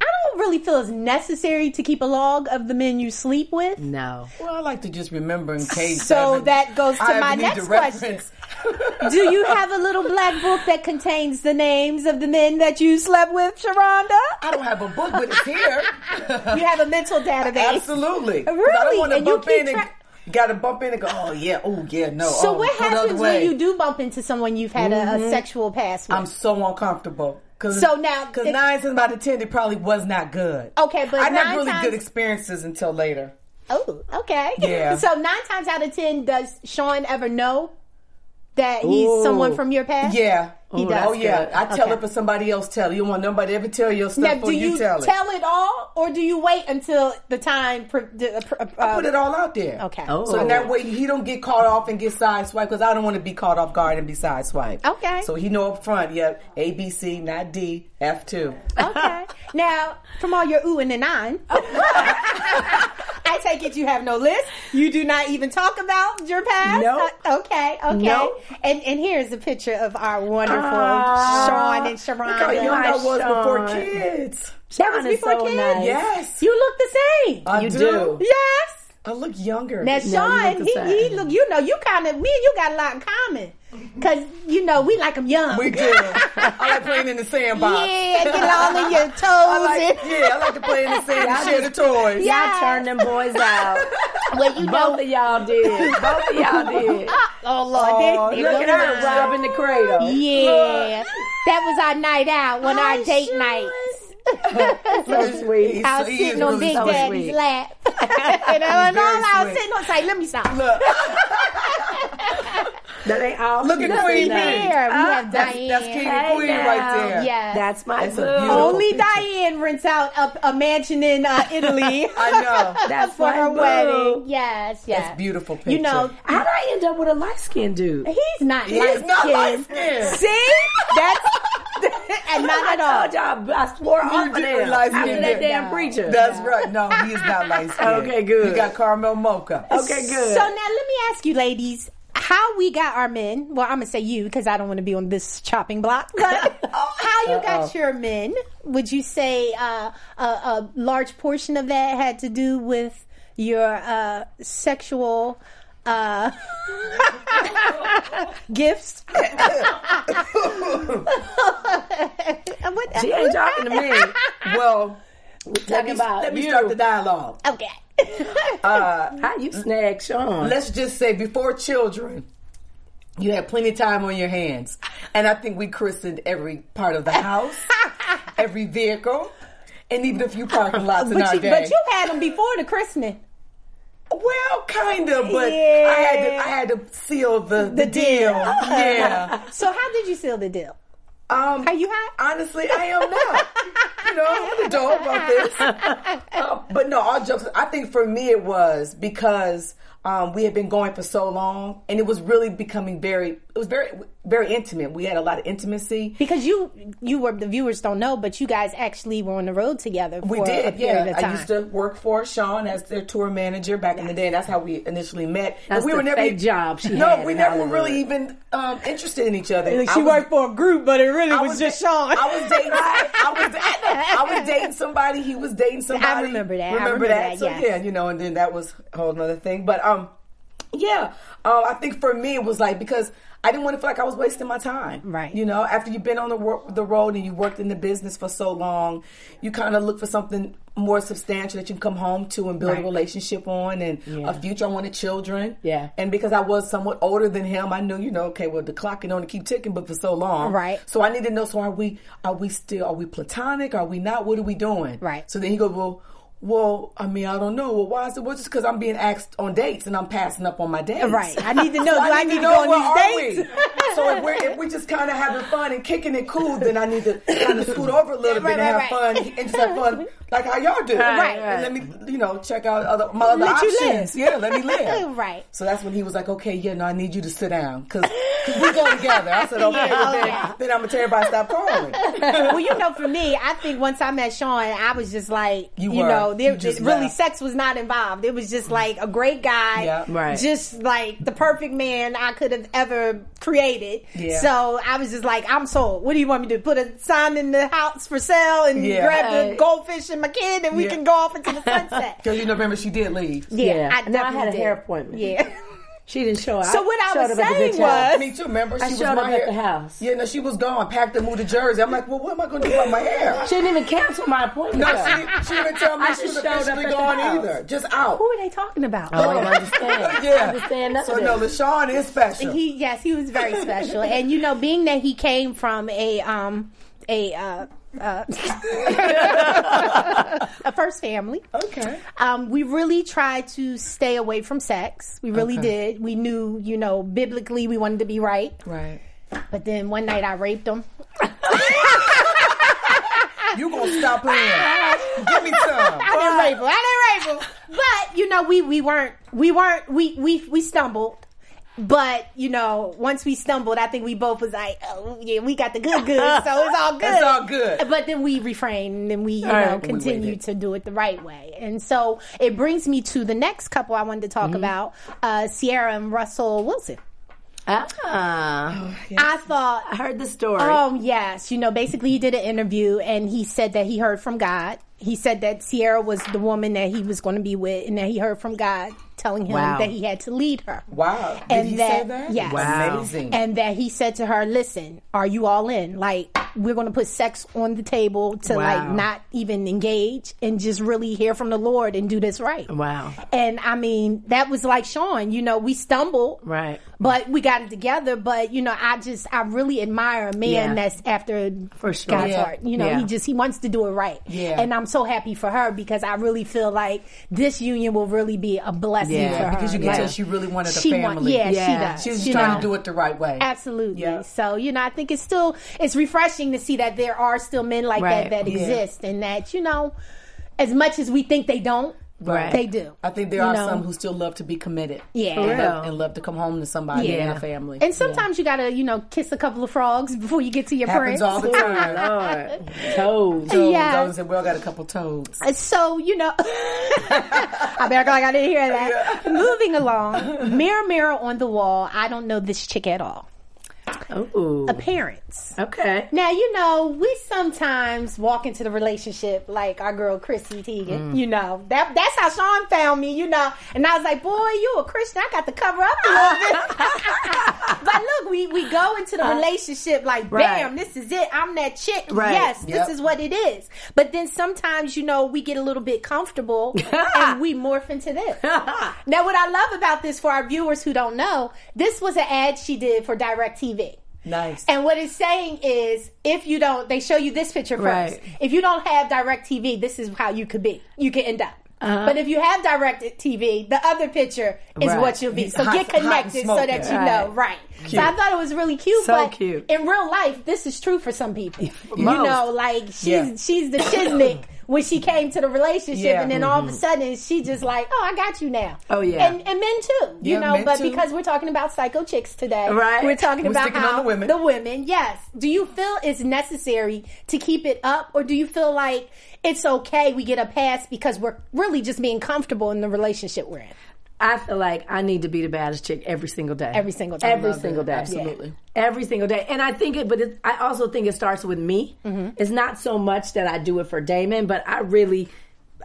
C: I don't really feel it's necessary to keep a log of the men you sleep with.
E: no.
D: Well, I like to just remember in case.
C: So
D: I haven't-
C: that goes to
D: I
C: my
D: need
C: next
D: to reference.
C: Do you have a little black book that contains the names of the men that you slept with, Sharonda?
D: I don't have a book, but it's here.
C: You have a mental database.
D: Absolutely. 'Cause I
C: Really?
D: don't want to
C: And you
D: bump
C: keep
D: in
C: track-
D: and got to bump in and go. Oh yeah. Oh yeah. No.
C: So
D: oh,
C: what
D: go the other
C: happens
D: way. Mm-hmm.
C: when you do bump into someone you've had a, a sexual past with?
D: I'm so uncomfortable. Cause,
C: So now-
D: because
C: if-
D: nine times out of ten, it probably was not good.
C: Okay, but
D: I had
C: nine
D: really
C: times-
D: good experiences until later.
C: oh, okay.
D: Yeah.
C: So nine times out of ten, does Sean ever know that he's
E: Ooh.
C: someone from your past?
D: Yeah.
C: He does.
D: Oh yeah, I tell
C: Okay.
D: it for somebody else tell. it. You don't want nobody ever tell your stuff
C: Now, do
D: before you,
C: you,
D: tell
C: tell,
D: it.
C: it all, or do you wait until the time? Pr- d- uh, pr- uh,
D: Put it all out there.
C: Okay.
E: Oh.
D: So that way he don't get caught off and get sideswiped because I don't want to be caught off guard and be sideswiped.
C: Okay.
D: So he know up front. Yep. A B C, not D. F two.
C: Okay. now, from all your ooh and an on,
E: Oh.
C: I take it you have no list. You do not even talk about your past.
E: Nope.
C: Uh, okay. Okay.
E: Nope.
C: And and here's a picture of our wonderful
E: Ah,
C: Sean and
D: How young
C: Sharonda.
E: my
D: I was before
E: Sean.
D: kids.
E: That
C: was before kids?
D: Yes.
C: You look the same.
D: I
E: You
D: do.
E: do.
C: yes.
D: I look younger.
C: Now,
E: Uh, look
C: Sean,
E: the
C: he,
E: same.
C: he look. You know, you kind of me and you got a lot in common because you know we like them young.
D: we do. I like playing in the sandbox.
C: yeah, get all in your toes.
D: I like,
C: and-
D: yeah, I like to play in the sand and share the toys.
C: Yeah.
E: Y'all turned them boys out.
C: well, you know,
E: Both of y'all did. Both of y'all did.
C: oh Lord, they- they
E: Look at her
C: mine.
E: robbing the cradle.
C: Yeah, that was our night out, one of our
E: Hi,
C: date
E: Sean.
C: nights.
E: So sweet.
C: I was
D: So he
C: sitting
D: is
C: on
D: really
C: Big
E: so
C: Daddy's
E: sweet.
C: lap, you know, and all
D: very
C: I was
D: sweet.
C: sitting on say, let me stop.
D: Look,
E: That ain't all.
D: Look at
E: nothing
D: Queen
E: though.
D: Bee.
C: Here we have
D: that's,
C: Diane.
D: that's King and
E: Hey
D: Queen
E: now.
D: right there.
C: Yeah.
E: That's my
D: That's
E: boo.
D: a beautiful-
C: Only
D: picture.
C: Diane rents out a, a mansion in uh, Italy
D: I know.
E: That's
C: for
E: my
C: her
E: boo.
C: wedding. Yes, yes,
D: That's beautiful picture.
C: You know,
E: How'd I end up with a light skinned dude?
C: He's not
D: He is not
C: light-skinned.
D: light-skinned.
C: See? That's and not at
E: I
C: all.
E: told y'all I swore off of
D: did
E: them
D: realize you
E: after that
D: did.
E: damn preacher.
D: That's right. No, he is not light skinned.
E: Okay, good.
D: You got Carmel Mocha.
E: okay,
C: So
E: good.
C: now let me ask you ladies how we got our men. Well, I'm gonna say you because I don't want to be on this chopping block. But how you got your men? Would you say uh, a, a large portion of that had to do with your uh, sexual uh, gifts? What-
E: she ain't talking to me.
D: Well, let
E: talking
D: me,
E: about
D: let me
E: you.
D: start the dialogue.
C: okay.
E: How you snag Sean?
D: Let's just say before children, you had plenty of time on your hands. And I think we christened every part of the house, every vehicle, and even a few parking lots in
C: But
D: our
C: you,
D: day.
C: but you had them before the christening.
D: Well, kind of, but I had to I had to seal the, the, deal. Yeah.
C: So how did you seal the deal?
D: Um
C: Are you high?
D: honestly I am now. you know, I'm an adult about this. Uh, but no, all jokes I think for me it was because um, we had been going for so long and it was really becoming very it was very very intimate. We had a lot of intimacy.
C: Because you you were the viewers don't know, but you guys actually were on the road together. For
D: We
C: a
D: did,
C: period
D: yeah.
C: Of time.
D: I used to work for Sean as their tour manager back in the day. That's how we initially met.
E: That's
D: we e-
E: the fake job she
D: no,
E: had
D: we
E: in
D: never were
E: Hollywood.
D: really even um, interested in each other.
C: Like,
D: I
C: she
D: was-
C: worked for a group, but it really was, just
D: da-
C: Sean.
D: I was dating. I was. I was dating somebody. He was dating somebody.
C: remember that. I
D: Remember,
C: remember
D: that?
C: that,
D: So
C: yes.
D: yeah, you know, and then that was a whole another thing. But um, yeah, uh, I think for me it was like because I didn't want to feel like I was wasting my time.
C: Right.
D: You know, after you've been on the wor- the road and you worked in the business for so long, you kind of look for something more substantial that you can come home to and build
E: Right.
D: a relationship on and a future. I wanted children.
E: Yeah.
D: And because I was somewhat older than him, I knew, you know, okay, well the clock can only keep ticking, but for so long.
C: Right.
D: So I need to know. So are we? Are we still? Are we platonic? Are we not? What are we doing?
C: Right.
D: So then he goes, well, well, I mean, I don't know. Well, why is it? Well, just because I'm being asked on dates and I'm passing up on my dates.
C: Right. I need to know,
D: So
C: do I need to go on
D: where
C: these
D: are we? so if we're if we're just kind of having fun and kicking it cool, then I need to kind of scoot over a little
C: Right, right,
D: bit and have
C: right.
D: fun and just have fun like how y'all do.
E: Right,
D: And let
E: right.
D: me, you know, check out other my other
C: Let you
D: options.
C: live.
D: Yeah, let me live.
C: Right.
D: So that's when he was like, okay, yeah, no, I need you to sit down because we go together. I said, okay, well, then,
C: Yeah.
D: then I'm gonna tell everybody to stop calling.
C: well, you know, for me, I think once I met Sean, I was just like, you,
D: You were.
C: know, there,
D: You just
C: it- really
D: left.
C: sex was not involved. It was just like a great guy,
D: Yeah.
E: Right.
C: just like the perfect man I could have ever created.
D: Yeah.
C: So I was just like, I'm sold. What do you want me to do? Put a sign in the house for sale and
D: Yeah.
C: grab the
E: Right.
C: goldfish and my kid, and we
D: Yeah.
C: can go off into the sunset.
D: Because you know, remember she did leave.
C: yeah, I
E: Now I had a
C: definitely
E: hair
C: did.
E: appointment.
C: Yeah.
E: She didn't show up.
C: So what I
E: showed
C: was
E: up at the
C: saying
E: bitch house.
C: was-
D: Me too. Remember, she
E: I
D: was
E: showed
D: my
E: up at
D: hair.
E: the house.
D: Yeah, no, she was gone. Packed and moved to Jersey. I'm like, well, what am I going to do about my hair?
E: She didn't even cancel my appointment.
D: No,
E: though.
D: she, she didn't tell me
E: I
D: she was
E: just showed up
D: officially
E: at the
D: gone
E: house.
D: either. Just out.
C: Who are they talking about?
D: Oh,
E: I don't understand.
D: yeah.
E: understand none of
D: so
E: this.
D: no, LaShawn is special.
C: He yes, he was very special, and you know, being that he came from a um a uh, uh, a first family.
D: Okay.
C: Um, we really tried to stay away from sex. We really did. We knew, you know, biblically we wanted to be right.
D: Right.
C: But then one night I raped him.
D: You gonna stop playing? Give me some.
C: I didn't rape him. I didn't rape him. But you know, we we weren't we weren't we we we stumbled. But you know, once we stumbled, I think we both was like, "Oh yeah, we got the good good, so it's all good."
D: It's all good.
C: But then we refrained, and then we you
E: right,
C: know
E: we
C: continued to do it the right way. And so it brings me to the next couple I wanted to talk about, uh, Sierra and Russell Wilson.
E: Ah,
C: I thought
E: I heard the story.
C: Um, yes. You know, basically he did an interview and he said that he heard from God. He said that Sierra was the woman that he was going to be with and that he heard from God telling him
E: Wow.
C: that he had to lead her.
D: Wow. Did
C: And
D: he
C: that,
D: say that?
C: yes.
E: Wow.
D: Amazing.
C: And that he said to her, listen, are you all in? Like, we're going to put sex on the table to
E: Wow.
C: like not even engage and just really hear from the Lord and do this right.
E: Wow.
C: And I mean, that was like Sean, you know, we stumbled.
E: Right.
C: But we got it together. But you know, I just I really admire a man
E: Yeah.
C: that's after
E: For sure.
C: God's
E: Yeah.
C: heart. You know,
E: Yeah.
C: he just he wants to do it right.
D: Yeah.
C: And I'm so happy for her because I really feel like this union will really be a blessing
E: Yeah,
C: for her.
D: because you can
C: Like,
D: tell she really wanted a
C: she
D: family.
C: want- yeah,
E: Yeah.
C: she does.
D: She was
C: you
D: trying
C: know.
D: to do it the right way.
C: Absolutely.
D: Yeah.
C: So you know, I think it's still it's refreshing to see that there are still men like
E: Right.
C: that that
E: Yeah.
C: exist, and that you know, as much as we think they don't,
E: Right.
C: they do.
D: I think there
C: You
D: are
C: know?
D: some who still love to be committed.
C: Yeah.
E: For
D: And
E: real.
D: love, and love to come home to somebody
E: Yeah.
D: and a family.
C: And sometimes you gotta, you know, kiss a couple of frogs before you get to your
D: happens
C: prince.
D: all the time.
E: Lord. Toes.
D: Toads.
C: Yeah.
D: I was saying, we all got a couple toads.
C: So, you know, I better go like I didn't hear that. Moving along, mirror, mirror on the wall, I don't know this chick at all.
E: Ooh.
C: Parents.
E: Okay.
C: Now, you know, we sometimes walk into the relationship like our girl Chrissy Teigen, you know. that That's how Sean found me, you know. And I was like, boy, you a Christian. I got to cover up a little bit. but look, we, we go into the relationship like,
E: Right.
C: bam, this is it. I'm that chick.
E: Right.
C: Yes,
D: Yep.
C: this is what it is. But then sometimes, you know, we get a little bit comfortable and we morph into this. now, what I love about this for our viewers who don't know, this was an ad she did for DirecTV.
D: Nice.
C: And what it's saying is, if you don't, they show you this picture first.
E: Right.
C: If you don't have direct TV, this is how you could be. You can end up. But if you have direct TV, the other picture is
E: Right.
C: what you'll be. So
D: Hot-
C: get
D: hot and
C: connected so
D: smoking.
C: that you know, right? So I thought it was really cute.
E: So
C: but
E: cute.
C: In real life, this is true for some people. you
E: Most.
C: know, like she's
D: Yeah.
C: she's the chismic when she came to the relationship,
D: Yeah.
C: and then all of a sudden she just like, oh, I got you now.
E: Oh, yeah.
C: and, and men too. You
D: Yeah,
C: know,
D: men
C: but
D: too.
C: because we're talking about psycho chicks today,
E: Right.
C: We're talking
D: We're
C: about
D: sticking
C: how
D: on the women.
C: yes. Do you feel it's necessary to keep it up, or do you feel like it's okay we get a pass because we're really just being comfortable in the relationship we're in?
E: I feel like I need to be the baddest chick every single day.
C: Every single day.
E: Every
C: Love it.
E: single day.
D: Absolutely.
E: Every single day. And I think it, but it, I also think it starts with me.
C: Mm-hmm.
E: It's not so much that I do it for Damon, but I really,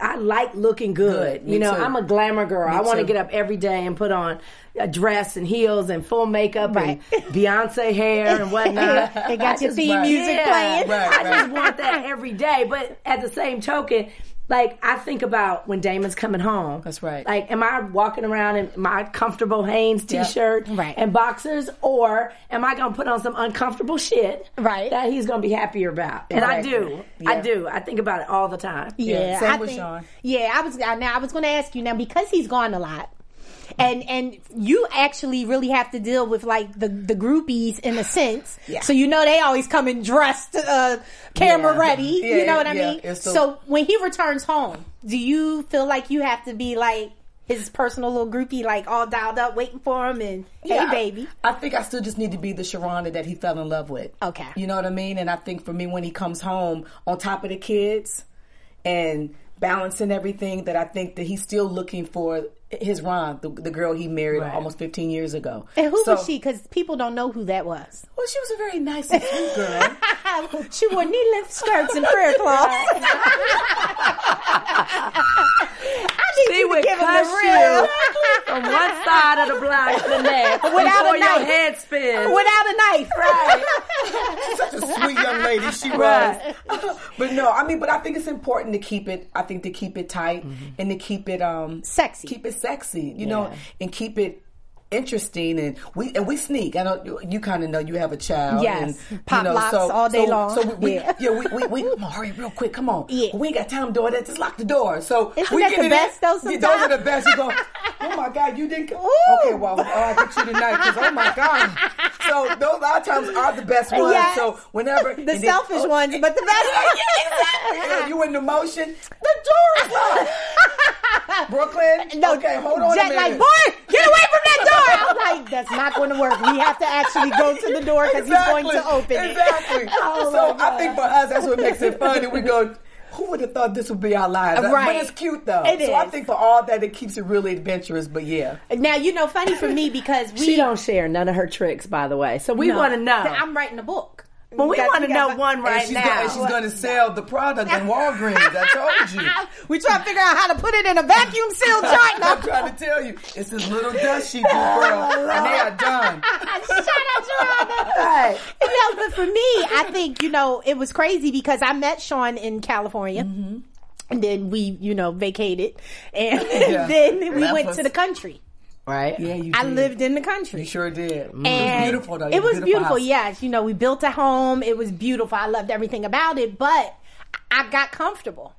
E: I like looking good.
D: Good. Me
E: you know,
D: too.
E: I'm a glamour girl. I want to
D: too.
E: get up every day and put on a dress and heels and full makeup and Beyonce hair and whatnot.
C: They got your
D: just
C: theme
D: want-
C: music
E: Yeah.
C: playing.
D: Right,
E: I just want that every day. But at the same token, like I think about when Damon's coming home.
D: That's right.
E: Like, am I walking around in my comfortable Hanes
D: Yeah.
E: t-shirt
C: Right.
E: and boxers, or am I gonna put on some uncomfortable shit
C: Right.
E: that he's gonna be happier about? And I do. I do. I think about it all the time.
C: Yeah,
D: same
C: I
D: with
C: think-
D: Sean.
C: Yeah, I was I- now I was going to ask you now because he's gone a lot. And and you actually really have to deal with like the the groupies in a sense. So you know they always come in dressed, uh, camera
E: Yeah.
C: ready.
D: Yeah,
C: you know what I
D: yeah,
C: mean.
D: it's
C: so,
D: so-
C: when he returns home, do you feel like you have to be like his personal little groupie, like all dialed up, waiting for him? And
D: Yeah,
C: hey,
D: I-
C: baby,
D: I, think I still just need to be the Sharonda that he fell in love with.
C: Okay.
D: You know what I mean? And I think for me, when he comes home, on top of the kids and balancing everything, that I think that he's still looking for his Ron, the, the girl he married
E: Right.
D: almost 15 years ago.
C: and who
D: So-
C: was she? Because people don't know who that was.
D: Well, she was a very nice and sweet girl.
C: she wore knee length skirts and prayer cloths. I need
E: They
C: you to
E: would
C: give him
E: cuss
C: the
E: you
C: real
E: from one side of the block to the next
C: Without
E: before
C: a
E: your
C: knife.
E: head spins.
C: without a knife. Right.
D: Such a sweet young lady she was.
E: Right.
D: but no, I mean, but I think it's important to keep it. I think to keep it tight and to keep it um
C: Mm-hmm. Sexy.
D: keep it sexy, you know, and keep it interesting and we and we sneak. I know you, you kind of know you have a child.
C: Yes.
D: and,
C: Pop
D: you know,
C: locks
D: so,
C: all day
D: so-
C: long.
D: So we,
C: Yeah.
D: we, yeah, we, we, we come on, hurry real quick. Come on.
C: Yeah.
D: We ain't got time to do all that. Just lock the door. So
C: Isn't
D: we
C: that
D: get
C: the
D: it
C: best,
D: in.
C: though,
D: Yeah, Those are
C: sometimes?
D: the best. You go. Oh my God, you didn't. Come.
C: Ooh.
D: Okay, well, oh, I get you tonight because oh my God. So those a lot of times are the best ones.
C: Yes.
D: So whenever
C: The
D: and then-
C: selfish
D: oh,
C: ones, but the best ones.
D: yeah, you in the motion. The door is locked. Brooklyn.
C: No,
D: okay, hold on
C: Jet
D: a minute.
C: like, boy, get away from that door. I'm like, that's not going to work. We have to actually go to the door because he's going to open it.
D: Exactly.
C: Oh,
D: so
C: my
D: I think for us, that's what makes it fun. And we go, who would have thought this would be our lives?
C: Right.
D: But it's cute though.
C: It
D: so I
C: is.
D: think for all that, it keeps it really adventurous. But yeah,
C: Now you know, funny for me because we
E: She don't share none of her tricks, by the way. So we
C: No.
E: want to know.
C: I'm writing a book.
E: but we
C: got-
E: want to
C: we got-
E: know one right
D: and she's
E: now.
D: Gonna, and she's going to sell the product in Walgreens. I told you.
C: we try to figure out how to put it in a vacuum sealed jar. No,
D: I'm trying to tell you, it's this little dust sheet, girl, and they are done.
C: Shout out Geronimo. No, but for me, I think, you know, it was crazy because I met Sean in California.
D: Mm-hmm.
C: And then we, you know, vacated. And
D: Yeah.
C: then we
D: That
C: went
D: was-
C: to the country.
E: right?
D: Yeah, you.
C: I
D: did.
C: lived in the
D: You
C: country.
D: sure did. Mm-hmm. It was
C: And
D: beautiful though. You
C: It
D: had a
C: was beautiful,
D: house.
C: yes. You know, we built a home. It was beautiful. I loved everything about it, but I got comfortable.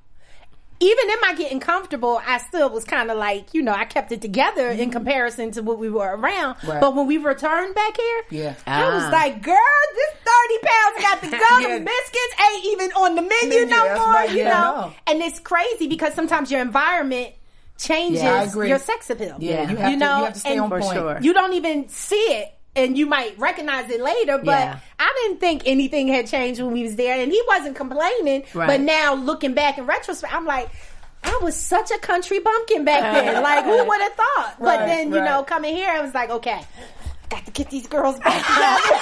C: Even in my getting comfortable, I still was kind of like, you know, I kept it together in comparison to what we were around.
D: Mm-hmm. Right.
C: But when we returned back here,
D: Yeah.
C: I was
E: Ah.
C: like, girl, this 30 pounds got to go.
D: Yeah.
C: The biscuits ain't even on the menu,
D: Menu,
C: no
D: that's
C: more,
D: right.
C: you
D: Yeah,
C: know?
D: no.
C: And it's crazy because sometimes your environment changes
E: Yeah, I
D: agree.
C: your sex appeal.
D: Yeah,
E: Yeah.
D: you have
C: You
D: to.
C: know,
D: you have to stay
C: and-
D: on
E: For
D: point.
E: sure.
C: You don't even see it and you might recognize it later, but
E: Yeah.
C: I didn't think anything had changed when we was there and he wasn't complaining.
E: Right.
C: But now looking back in retrospect, I'm like, I was such a country bumpkin back then. like who would have thought? but
D: Right,
C: then, you
D: right.
C: know, coming here, I was like, okay. Got to get these girls back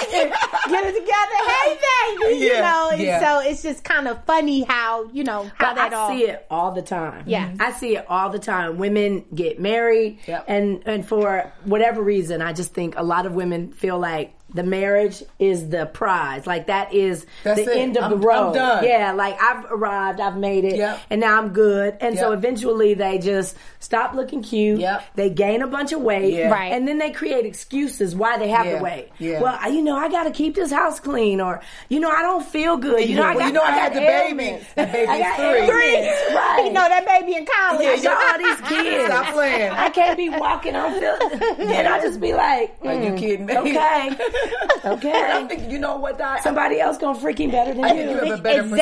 C: together. get it together. Hey, baby. you
D: Yeah,
C: know, and
D: yeah.
C: so it's just kind of funny how, you know, how
E: But
C: that
E: I
C: all.
E: see it all the time.
C: Yeah.
E: I see it all the time. Women get married,
D: Yep.
E: and and for whatever reason, I just think a lot of women feel like the marriage is the prize. Like that is
D: That's
E: the
D: it.
E: end of
D: I'm-
E: the road.
D: I'm done.
E: Yeah, like I've arrived, I've made it,
D: Yep.
E: and now I'm good. And so
D: Yep.
E: eventually, they just stop looking cute.
D: Yep.
E: They gain a bunch of weight,
D: Yeah.
C: Right.
E: And then they create excuses why they have
D: Yeah.
E: the weight.
D: Yeah.
E: Well, I- you know, I got to keep this house clean, or you know, I don't feel good. You know, I,
D: Well,
E: got,
D: you know, I
E: got
D: had the baby.
E: ailments.
D: The baby's
E: I got
D: three.
C: Three.
E: ailments. Right.
C: You know, that baby in college.
E: I got all these kids.
D: Stop playing.
E: I can't be walking. I'm feeling. And I just be like,
D: Are you kidding me?
E: okay,
D: And I
E: okay.
D: think you know what, Di?
E: Somebody else gonna freaking better than
D: I think you
E: you.
D: have a better perspective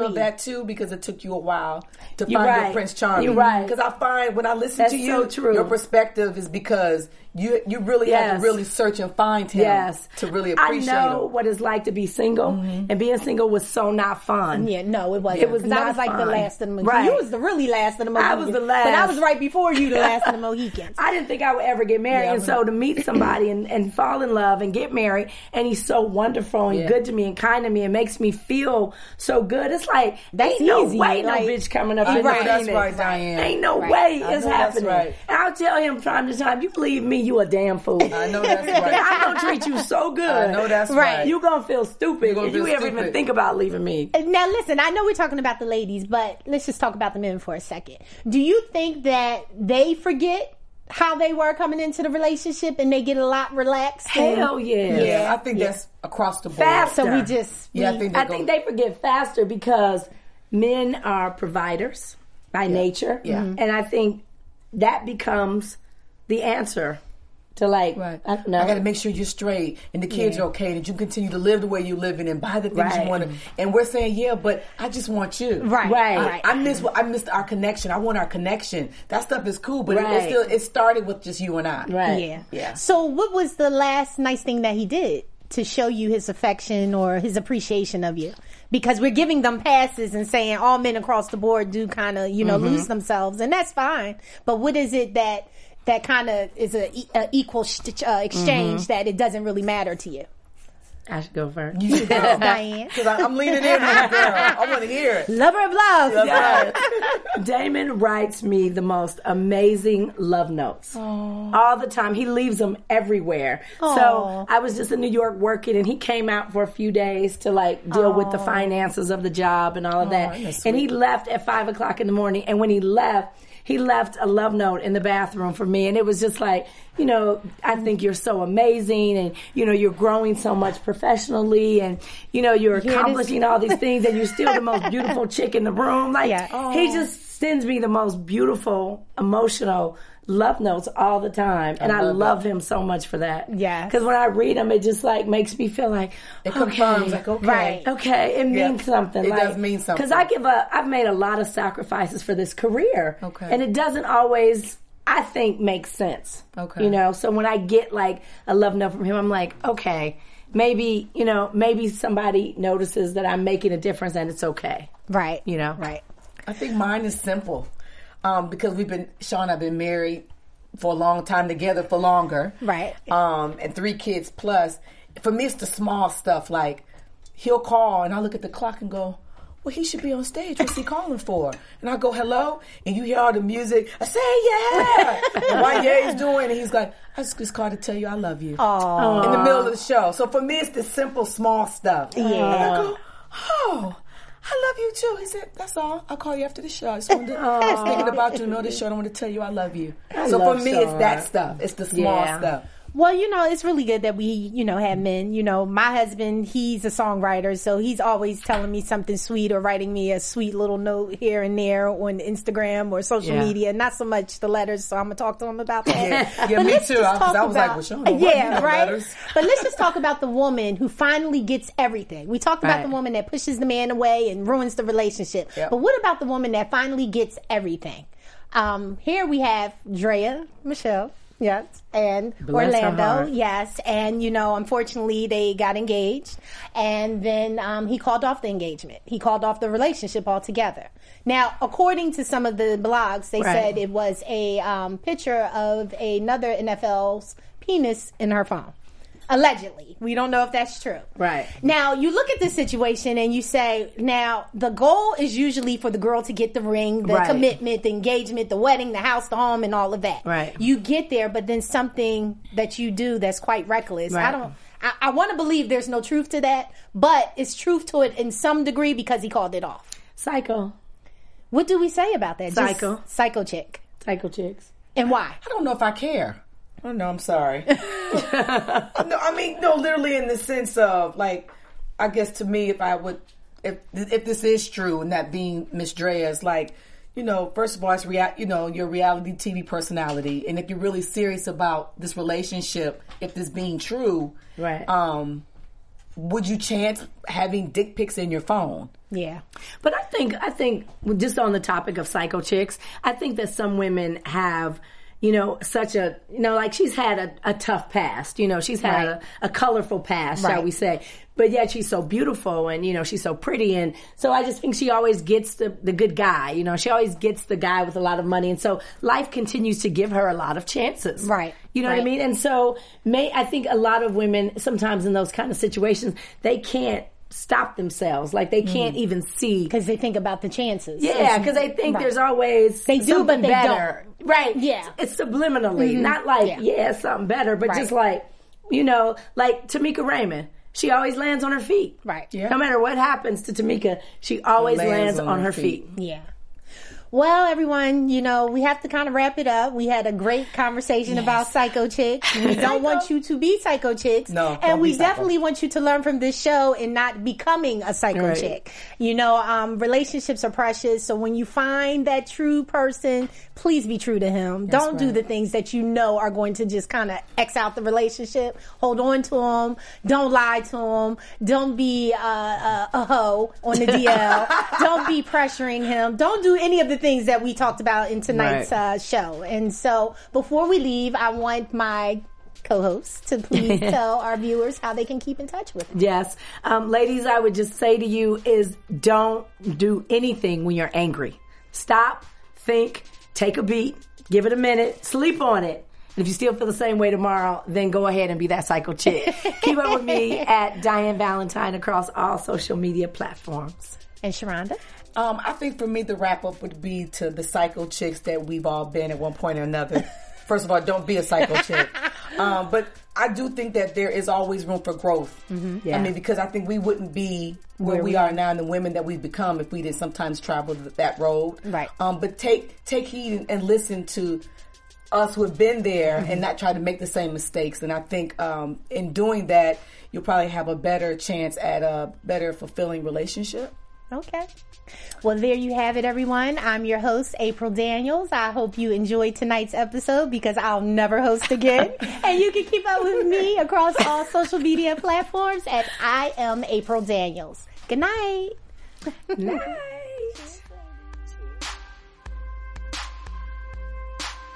C: Exactly.
D: of that too because it took you a while to
E: You're
D: find
E: right.
D: your Prince Charming.
E: You're right.
D: Because I find when I listen
E: That's
D: to you,
E: so true.
D: your perspective is because you you really had
E: Yes.
D: to really search and find him
E: Yes,
D: to really
E: I
D: appreciate Mm-hmm.
E: know
D: him.
E: what it's like to be single, and being single was so not fun.
C: Yeah, no, it wasn't.
E: It was
C: 'Cause I
E: not
C: was like the
E: fun.
C: last of the Mohicans.
E: Right.
C: You was the really last of the Mohicans.
E: I was the
C: But I
E: last.
C: was right before you, the last of the Mohicans.
E: I didn't think I would ever get married.
D: Yeah,
E: and
D: I
E: so to meet somebody and, and fall in love and get married, and he's so wonderful and
D: Yeah.
E: good to me and kind to me and makes me feel so good. It's like,
C: That's
E: ain't no
C: easy,
E: way
C: like-
E: no bitch coming up
D: I
E: in
D: know
E: the
D: that's
E: Phoenix.
D: right, Diane.
E: Ain't no
C: Right.
E: way
D: I
E: it's
D: know that's
E: happening.
D: right.
E: And I'll tell him time to time, you believe me, you a damn fool.
D: I know that's right.
E: I'm gonna treat you so good.
D: I know that's
C: Right.
D: right.
E: You gonna feel stupid
D: You gonna
E: if you
D: feel
E: ever even
D: stupid.
E: think about leaving me.
C: Now, listen, I know we're talking about the ladies, but let's just talk about the men for a second. Do you think that they forget how they were coming into the relationship and they get a lot relaxed? and-
E: Hell yeah.
D: yeah, I think that's across the board.
E: Fast.
C: So we just.
D: Yeah,
C: we-
D: I think they
E: I
D: go-
E: think they forget faster because men are providers by nature.
D: Yeah. Mhm.
E: And I think that becomes the answer to like
D: Right.
E: I don't know.
D: got to make sure you're straight and the kids are okay and you continue to live the way you're living and buy the things
E: Right.
D: you want to. And we're saying, yeah, but I just want you.
C: Right.
E: Right.
C: Right.
D: I miss what I missed our connection. I want our connection. That stuff is cool, but it-
E: Right.
D: it still it started with just you and I.
E: right.
C: yeah.
D: Yeah.
C: So what was the last nice thing that he did to show you his affection or his appreciation of you? Because we're giving them passes and saying all men across the board do kind of, you know, lose themselves and that's fine. But what is it that that kind of is a, e- a equal sh- uh, exchange that it doesn't really matter to you?
E: I should go first.
D: You should go.
C: Diane.
D: Because I'm leaning in here, girl. I want to hear it.
C: Lover of love.
E: Damon writes me the most amazing love notes all the time. He leaves them everywhere.
C: Aw.
E: So I was just in New York working, and he came out for a few days to like deal with the finances of the job and all of that.
D: that's
E: And he left at five o'clock in the morning. And when he left, he left a love note in the bathroom for me, and it was just like, you know, I think you're so amazing, and you know, you're growing so much professionally, and you know, you're
C: is-
E: accomplishing all these things, and you're still the most beautiful chick in the room. Like
C: Yeah.
D: Oh.
E: he just sends me the most beautiful, emotional love notes all the time, and I love, him so much for that.
C: Yes.
E: because when I read them, it just like makes me feel like
D: It confirms,
E: okay.
D: like, okay.
C: Right.
E: Okay, it
D: Yeah.
E: means something.
D: It
E: like,
D: does mean something.
E: Because I give up. I've made a lot of sacrifices for this career.
D: Okay.
E: And it doesn't always, I think, make sense.
D: Okay.
E: You know, so when I get like a love note from him, I'm like, okay, maybe you know, maybe somebody notices that I'm making a difference, and it's okay.
C: Right.
E: You know.
C: Right.
D: I think mine is simple um, because we've been Sean. and I've been married for a long time together for longer,
C: Right.
D: Um, and three kids plus. For me, it's the small stuff. Like he'll call, and I look at the clock and go. Well, he should be on stage. What's he calling for? And I go, hello? And you hear all the music. I say, yeah. and while yeah, he's doing it, he's like, I just, just called to tell you I love you. Aww. In the middle of the show. So for me, it's the simple, small stuff. Yeah. And I go, oh, I love you too. He said, "That's all. I'll call you after the show. I just wanted to, I was thinking about you. Know the show. I want to tell you I love you." so
E: love
D: for me, it's
E: Sean.
D: that stuff. It's the small
E: Yeah.
D: stuff.
C: Well, you know, it's really good that we, you know, have men. You know, my husband, he's a songwriter, so he's always telling me something sweet or writing me a sweet little note here and there on Instagram or social
E: Yeah.
C: media. Not so much the letters, so I'm gonna talk to him about that.
D: Yeah. Yeah, me
C: let's
D: too.
C: just
D: I- 'cause
C: talk
D: I was like, well, she don't know what
C: yeah,
D: you know,
C: right.
D: letters.
C: But let's just talk about the woman who finally gets everything. We talked about
E: Right.
C: the woman that pushes the man away and ruins the relationship.
D: Yep.
C: But what about the woman that finally gets everything? Um, here we have Drea Michelle. Yes, and
E: Bless her
C: Orlando.
E: heart.
C: Yes, and you know, unfortunately, they got engaged, and then um, he called off the engagement. He called off the relationship altogether. Now, according to some of the blogs, they
E: Right.
C: said it was a um, picture of another NFL's penis in her phone. Allegedly, we don't know if that's true.
E: Right.
C: Now, you look at this situation and you say, now, the goal is usually for the girl to get the ring, the
E: Right.
C: commitment, the engagement, the wedding, the house, the home, and all of that.
E: Right.
C: You get there, but then something that you do that's quite reckless. I
E: Right.
C: don't. I, I want to believe there's no truth to that, but it's truth to it in some degree because he called it off.
E: Psycho,
C: What do we say about that? Just
E: Psycho.
C: psycho chick,
E: psycho chicks.
C: and why?
D: I don't know if I care. Oh no, I'm sorry. no, I mean, no, literally in the sense of like, I guess to me, if I would, if if this is true and that being Miss Drea is like, you know, first of all, it's rea- you know, your reality TV personality, and if you're really serious about this relationship, if this being true,
E: Right.
D: Um, would you chance having dick pics in your phone?
C: Yeah,
E: But I think I think just on the topic of psycho chicks, I think that some women have you know such a you know like she's had a, a tough past you know she's had
C: Right.
E: a, a colorful past
C: Right.
E: shall we say but yet she's so beautiful and you know she's so pretty and so i just think she always gets the, the good guy you know she always gets the guy with a lot of money and so life continues to give her a lot of chances
C: Right.
E: you know what
C: Right.
E: i mean and so may i think a lot of women sometimes in those kind of situations they can't stop themselves like they can't even see
C: because Mm. they think about the chances.
E: yeah, because they think there's always
C: They do, but
E: something
C: they
E: better. Right?
C: Yeah. Mm-hmm.
E: it's subliminally, not like
C: Yeah.
E: yeah. it's something better, but just
C: Right.
E: like you know, like Tamika Raymond. She always lands on her feet.
C: Right.
D: Yeah.
E: No matter what happens to Tamika, she always lands, on, her, feet.
C: Yeah. Well, everyone, you know, we have to kind of wrap it up. We had a great conversation about psycho chicks. We don't want you to be psycho chicks.
D: No,
C: And
D: don't
C: we
D: be psycho.
C: definitely want you to learn from this show and not becoming a psycho
E: Right.
C: chick. You know, um, relationships are precious. So when you find that true person, please be true to him. don't do the things that you know are going to just kind of X out the relationship. Hold on to him. Don't lie to him. Don't be uh, uh, a hoe on the DL. don't be pressuring him. Don't do any of the things that we talked about in tonight's
E: Right.
C: uh, show. And so before we leave, I want my co-host to please tell our viewers how they can keep in touch with us.
E: Yes, um, ladies, I would just say to you is don't do anything when you're angry. Stop, think, take a beat, give it a minute, sleep on it. And if you still feel the same way tomorrow, then go ahead and be that psycho chick. Keep up with me at Diane Valentine across all social media platforms.
C: And Sharonda?
D: Um, I think for me, the wrap up would be to the psycho chicks that we've all been at one point or another. First of all, don't be a psycho chick. Um, but I do think that there is always room for growth.
E: Yeah.
D: I mean, because I think we wouldn't be Mm-hmm. where, we are now and the women that we've become if we didn't sometimes travel th- that road.
C: Right.
D: Um, but take take heed and, and listen to us who have been there and not try to make the same mistakes. And I think um, in doing that, you'll probably have a better chance at a better fulfilling relationship.
C: Okay. Well, there you have it, everyone. I'm your host, April Daniels. I hope you enjoyed tonight's episode because I'll never host again. and you can keep up with me across all social media platforms at I am April Daniels. Good night.